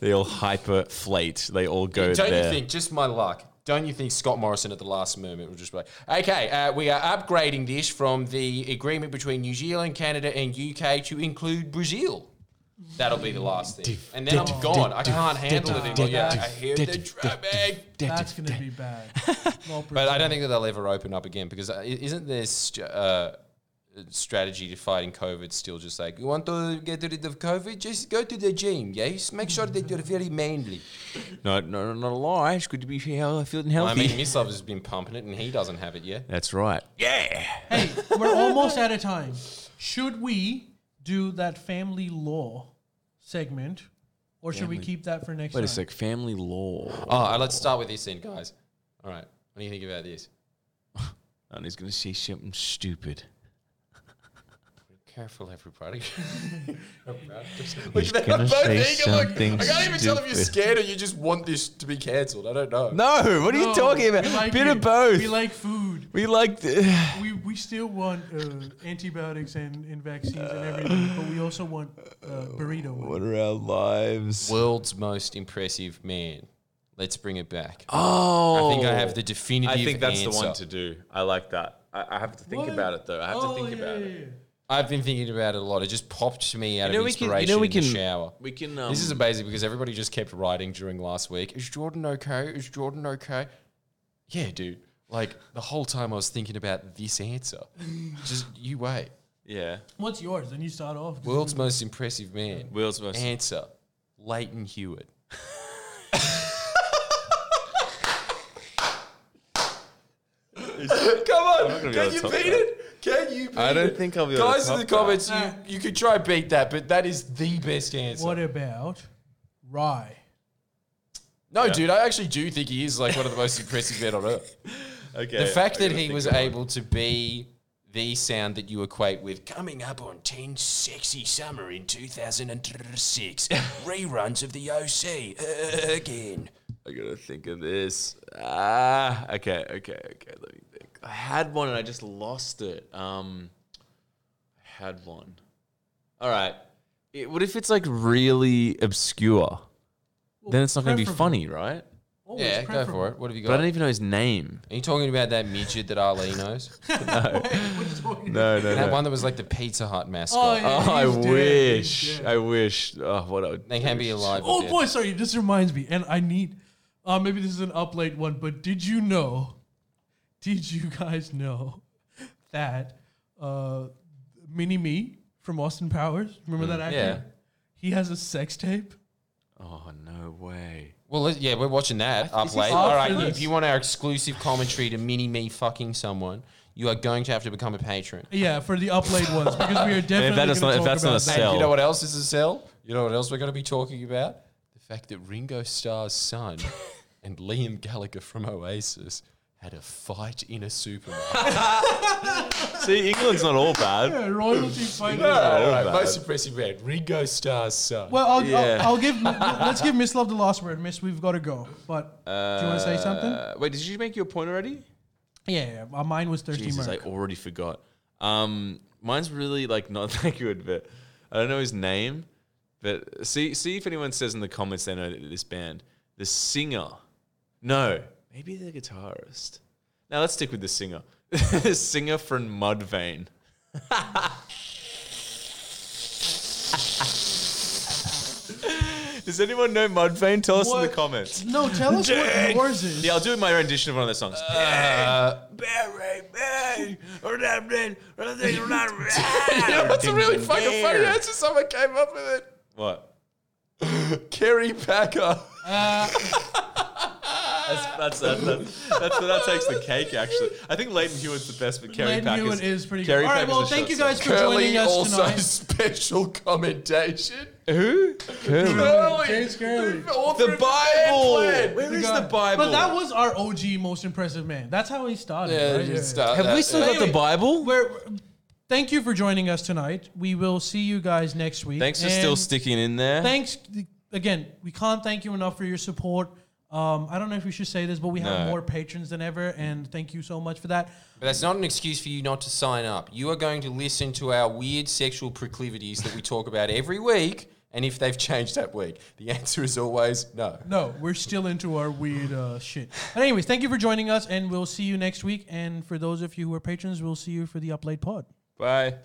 Speaker 2: they all hyperflate. They all go
Speaker 3: Don't
Speaker 2: there.
Speaker 3: you think, just my luck, don't you think Scott Morrison at the last moment was just be like, okay, uh, we are upgrading this from the agreement between New Zealand, Canada, and UK to include Brazil? That'll be the last thing. And then I'm gone. I can't handle it anymore. Yeah, I hear the drumming.
Speaker 1: That's gonna be bad.
Speaker 2: (laughs)
Speaker 1: Well,
Speaker 3: But I don't think that they'll ever open up again because uh, i- isn't their st- uh, strategy to fighting COVID still just like, you want to get rid of COVID? Just go to the gym, yes? Make sure that you're very manly.
Speaker 2: No, no, no, not a lie. It's good to be hel- feeling healthy.
Speaker 3: I mean, Mislav has been pumping it and he doesn't have it yet.
Speaker 2: That's right. Yeah.
Speaker 1: hey, we're almost out of time. Should we do that family law segment, or should we keep that for next?
Speaker 2: Wait
Speaker 1: time?
Speaker 2: a sec. Family law.
Speaker 3: Oh, uh, let's start with this then, guys. All right. What do you think about this?
Speaker 2: And he's gonna say something stupid.
Speaker 3: Careful, everybody. (laughs)
Speaker 2: He's gonna say something
Speaker 3: I can't even tell if you're
Speaker 2: stupid.
Speaker 3: scared or you just want this to be cancelled. I don't know.
Speaker 2: No, what are
Speaker 1: No,
Speaker 2: you talking about?
Speaker 1: we like
Speaker 2: Bit
Speaker 1: it.
Speaker 2: of both.
Speaker 1: We like food.
Speaker 2: We like the, (sighs)
Speaker 1: We, we still want uh, antibiotics and, and vaccines and everything, but we also want uh, burrito.
Speaker 2: what are our lives?
Speaker 3: World's most impressive man. Let's bring it back.
Speaker 2: Oh,
Speaker 3: I think I have the definitive. answer.
Speaker 2: do. I like that. I, I have to think
Speaker 1: What? Oh, yeah, yeah, yeah.
Speaker 3: I've been thinking about it a lot. It just popped to me out
Speaker 2: know
Speaker 3: of
Speaker 2: we can- you
Speaker 3: inspiration
Speaker 2: know we
Speaker 3: in
Speaker 2: can-
Speaker 3: the shower.
Speaker 2: We can. Um,
Speaker 3: this is amazing because everybody just kept writing during last week. Is Jordan okay? Is Jordan okay? Yeah, dude. Like the whole time I was thinking about this
Speaker 2: (laughs)
Speaker 3: answer. just you wait.
Speaker 2: yeah.
Speaker 1: What's yours? Then you start off.
Speaker 3: World's most impressive man.
Speaker 2: Will's most.
Speaker 3: Answer. Leighton Hewitt. (laughs) Come on,
Speaker 2: gonna be
Speaker 3: can
Speaker 2: able to
Speaker 3: you
Speaker 2: top
Speaker 3: beat
Speaker 2: that.
Speaker 3: it? Can you beat
Speaker 2: I don't
Speaker 3: it?
Speaker 2: think I'll be able to
Speaker 3: Guys in the
Speaker 2: top that.
Speaker 3: comments,
Speaker 1: Nah.
Speaker 3: you, you could try beat that, but that is the best answer.
Speaker 1: What about rye?
Speaker 3: No, dude, I actually do think he is like one of the most impressive men on earth.
Speaker 2: Okay. (laughs)
Speaker 3: The fact
Speaker 2: I gotta
Speaker 3: that he
Speaker 2: think
Speaker 3: was
Speaker 2: of one.
Speaker 3: able to be the sound that you equate with coming up on 10 Sexy Summer
Speaker 2: (laughs)
Speaker 3: in 2006, reruns of the OC uh, again.
Speaker 2: I gotta think of this. Ah, okay, okay, okay. Let me think. I had one and I just lost it. Um, I had one. All right. It, what if it's like really obscure? then it's not gonna be
Speaker 1: preferable.
Speaker 2: funny, right?
Speaker 1: Always
Speaker 3: Yeah, go
Speaker 1: preferable.
Speaker 3: for it. What have you
Speaker 2: But I
Speaker 3: got?
Speaker 2: don't
Speaker 3: Are
Speaker 2: even know his name.
Speaker 3: you talking about that midget that Ali
Speaker 2: (laughs)
Speaker 3: knows?
Speaker 2: No, no,
Speaker 3: that one that was like the Pizza Hut mascot.
Speaker 1: Oh, yeah.
Speaker 2: Oh, I
Speaker 1: He's dead, he's
Speaker 2: wish.
Speaker 1: dead.
Speaker 2: I wish. Oh, what a.
Speaker 3: They can be alive. or
Speaker 1: Oh
Speaker 3: dead.
Speaker 1: boy, sorry. This reminds me, and I need. Uh, maybe this is an up late one, but did you know? Did you guys know that uh, Mini Me from Austin Powers? Remember
Speaker 2: Mm,
Speaker 1: that actor?
Speaker 3: yeah.
Speaker 1: He has a sex tape.
Speaker 2: Oh no way.
Speaker 3: Well, let- yeah, we're watching that up
Speaker 1: this
Speaker 3: late.
Speaker 1: is
Speaker 3: All right,
Speaker 1: after
Speaker 3: if
Speaker 1: this.
Speaker 3: you want our exclusive commentary to mini me fucking someone, you are going to have to become a patron.
Speaker 1: Yeah, for the up late ones
Speaker 2: (laughs)
Speaker 1: because we are definitely.
Speaker 2: that is
Speaker 1: gonna
Speaker 2: not-
Speaker 1: talk
Speaker 2: if that's not
Speaker 1: about
Speaker 2: a
Speaker 1: that.
Speaker 2: sex-
Speaker 3: And
Speaker 2: Sell.
Speaker 3: you know what else is a sell? You know what else we're going to be talking about? The fact that Ringo Starr's (laughs) son and Liam Gallagher from Oasis had a fight in a supermarket.
Speaker 2: See, England's not all bad.
Speaker 1: Yeah,
Speaker 2: (laughs)
Speaker 1: royalty fighting.
Speaker 3: (laughs) All right,
Speaker 2: bad.
Speaker 3: most impressive man, Ringo Starr's son.
Speaker 1: Well, I'll,
Speaker 2: Yeah.
Speaker 1: I'll, I'll give. let's give Miss Love the last word, Miss. We've got to go. But do you want to say something?
Speaker 2: Uh, wait, did you make your point already?
Speaker 1: Yeah, yeah. Uh, Mine was thirsty.
Speaker 2: Jesus,
Speaker 1: Merc.
Speaker 2: I already forgot. Um, mine's really like not (laughs) that good, but I don't know his name. But see, see if anyone says in the comments they know this band. The singer, no, maybe the guitarist. Now let's stick with the singer. (laughs) the singer from Mudvayne. (laughs) Does anyone know Mudvayne? Tell us in the
Speaker 1: What-
Speaker 2: comments.
Speaker 1: No, tell us what yours is.
Speaker 2: Yeah, I'll do my rendition of one of their songs.
Speaker 3: Uh,
Speaker 2: (laughs)
Speaker 3: you know what's a really fucking funny answer? Someone came up with
Speaker 2: What?
Speaker 3: it. Kerry Packer.
Speaker 2: That's, that's, that, that, that's, that takes the cake, actually. I think Leighton Hewitt's the best, but Kerry
Speaker 1: Leighton
Speaker 2: Pack
Speaker 1: Hewitt is pretty
Speaker 2: Kerry
Speaker 1: good. All right,
Speaker 2: Packer's
Speaker 1: well,
Speaker 2: a
Speaker 1: thank you
Speaker 2: shot,
Speaker 1: guys for joining
Speaker 3: Curly
Speaker 1: us
Speaker 3: also
Speaker 1: tonight.
Speaker 3: (laughs) special commendation.
Speaker 2: Who?
Speaker 3: Curly.
Speaker 1: James Curley.
Speaker 3: The author
Speaker 2: The
Speaker 3: of Plan
Speaker 2: Bible.
Speaker 3: Plan.
Speaker 2: Where is
Speaker 1: God.
Speaker 2: the Bible?
Speaker 1: uh, But that was our OG most impressive man. That's how he started.
Speaker 3: Yeah,
Speaker 1: right?
Speaker 3: just start
Speaker 2: Have
Speaker 3: that,
Speaker 2: we still
Speaker 3: yeah.
Speaker 2: got the Bible?
Speaker 1: We're, thank you for joining us tonight. We will see you guys next week.
Speaker 2: Thanks for
Speaker 1: And
Speaker 2: still sticking in there.
Speaker 1: Thanks again. We can't thank you enough for your support. Um, I don't know if we should say this, but we have
Speaker 2: No.
Speaker 1: more patrons than ever, and thank you so much for that.
Speaker 3: But that's not an excuse for you not to sign up. You are going to listen to our weird sexual proclivities that we talk about every week, and if they've changed that week, the answer is always no.
Speaker 1: No, we're still into our weird uh, shit. But anyways, thank you for joining us, and we'll see you next week. And for those of you who are patrons, we'll see you for the Uplate Pod.
Speaker 2: Bye.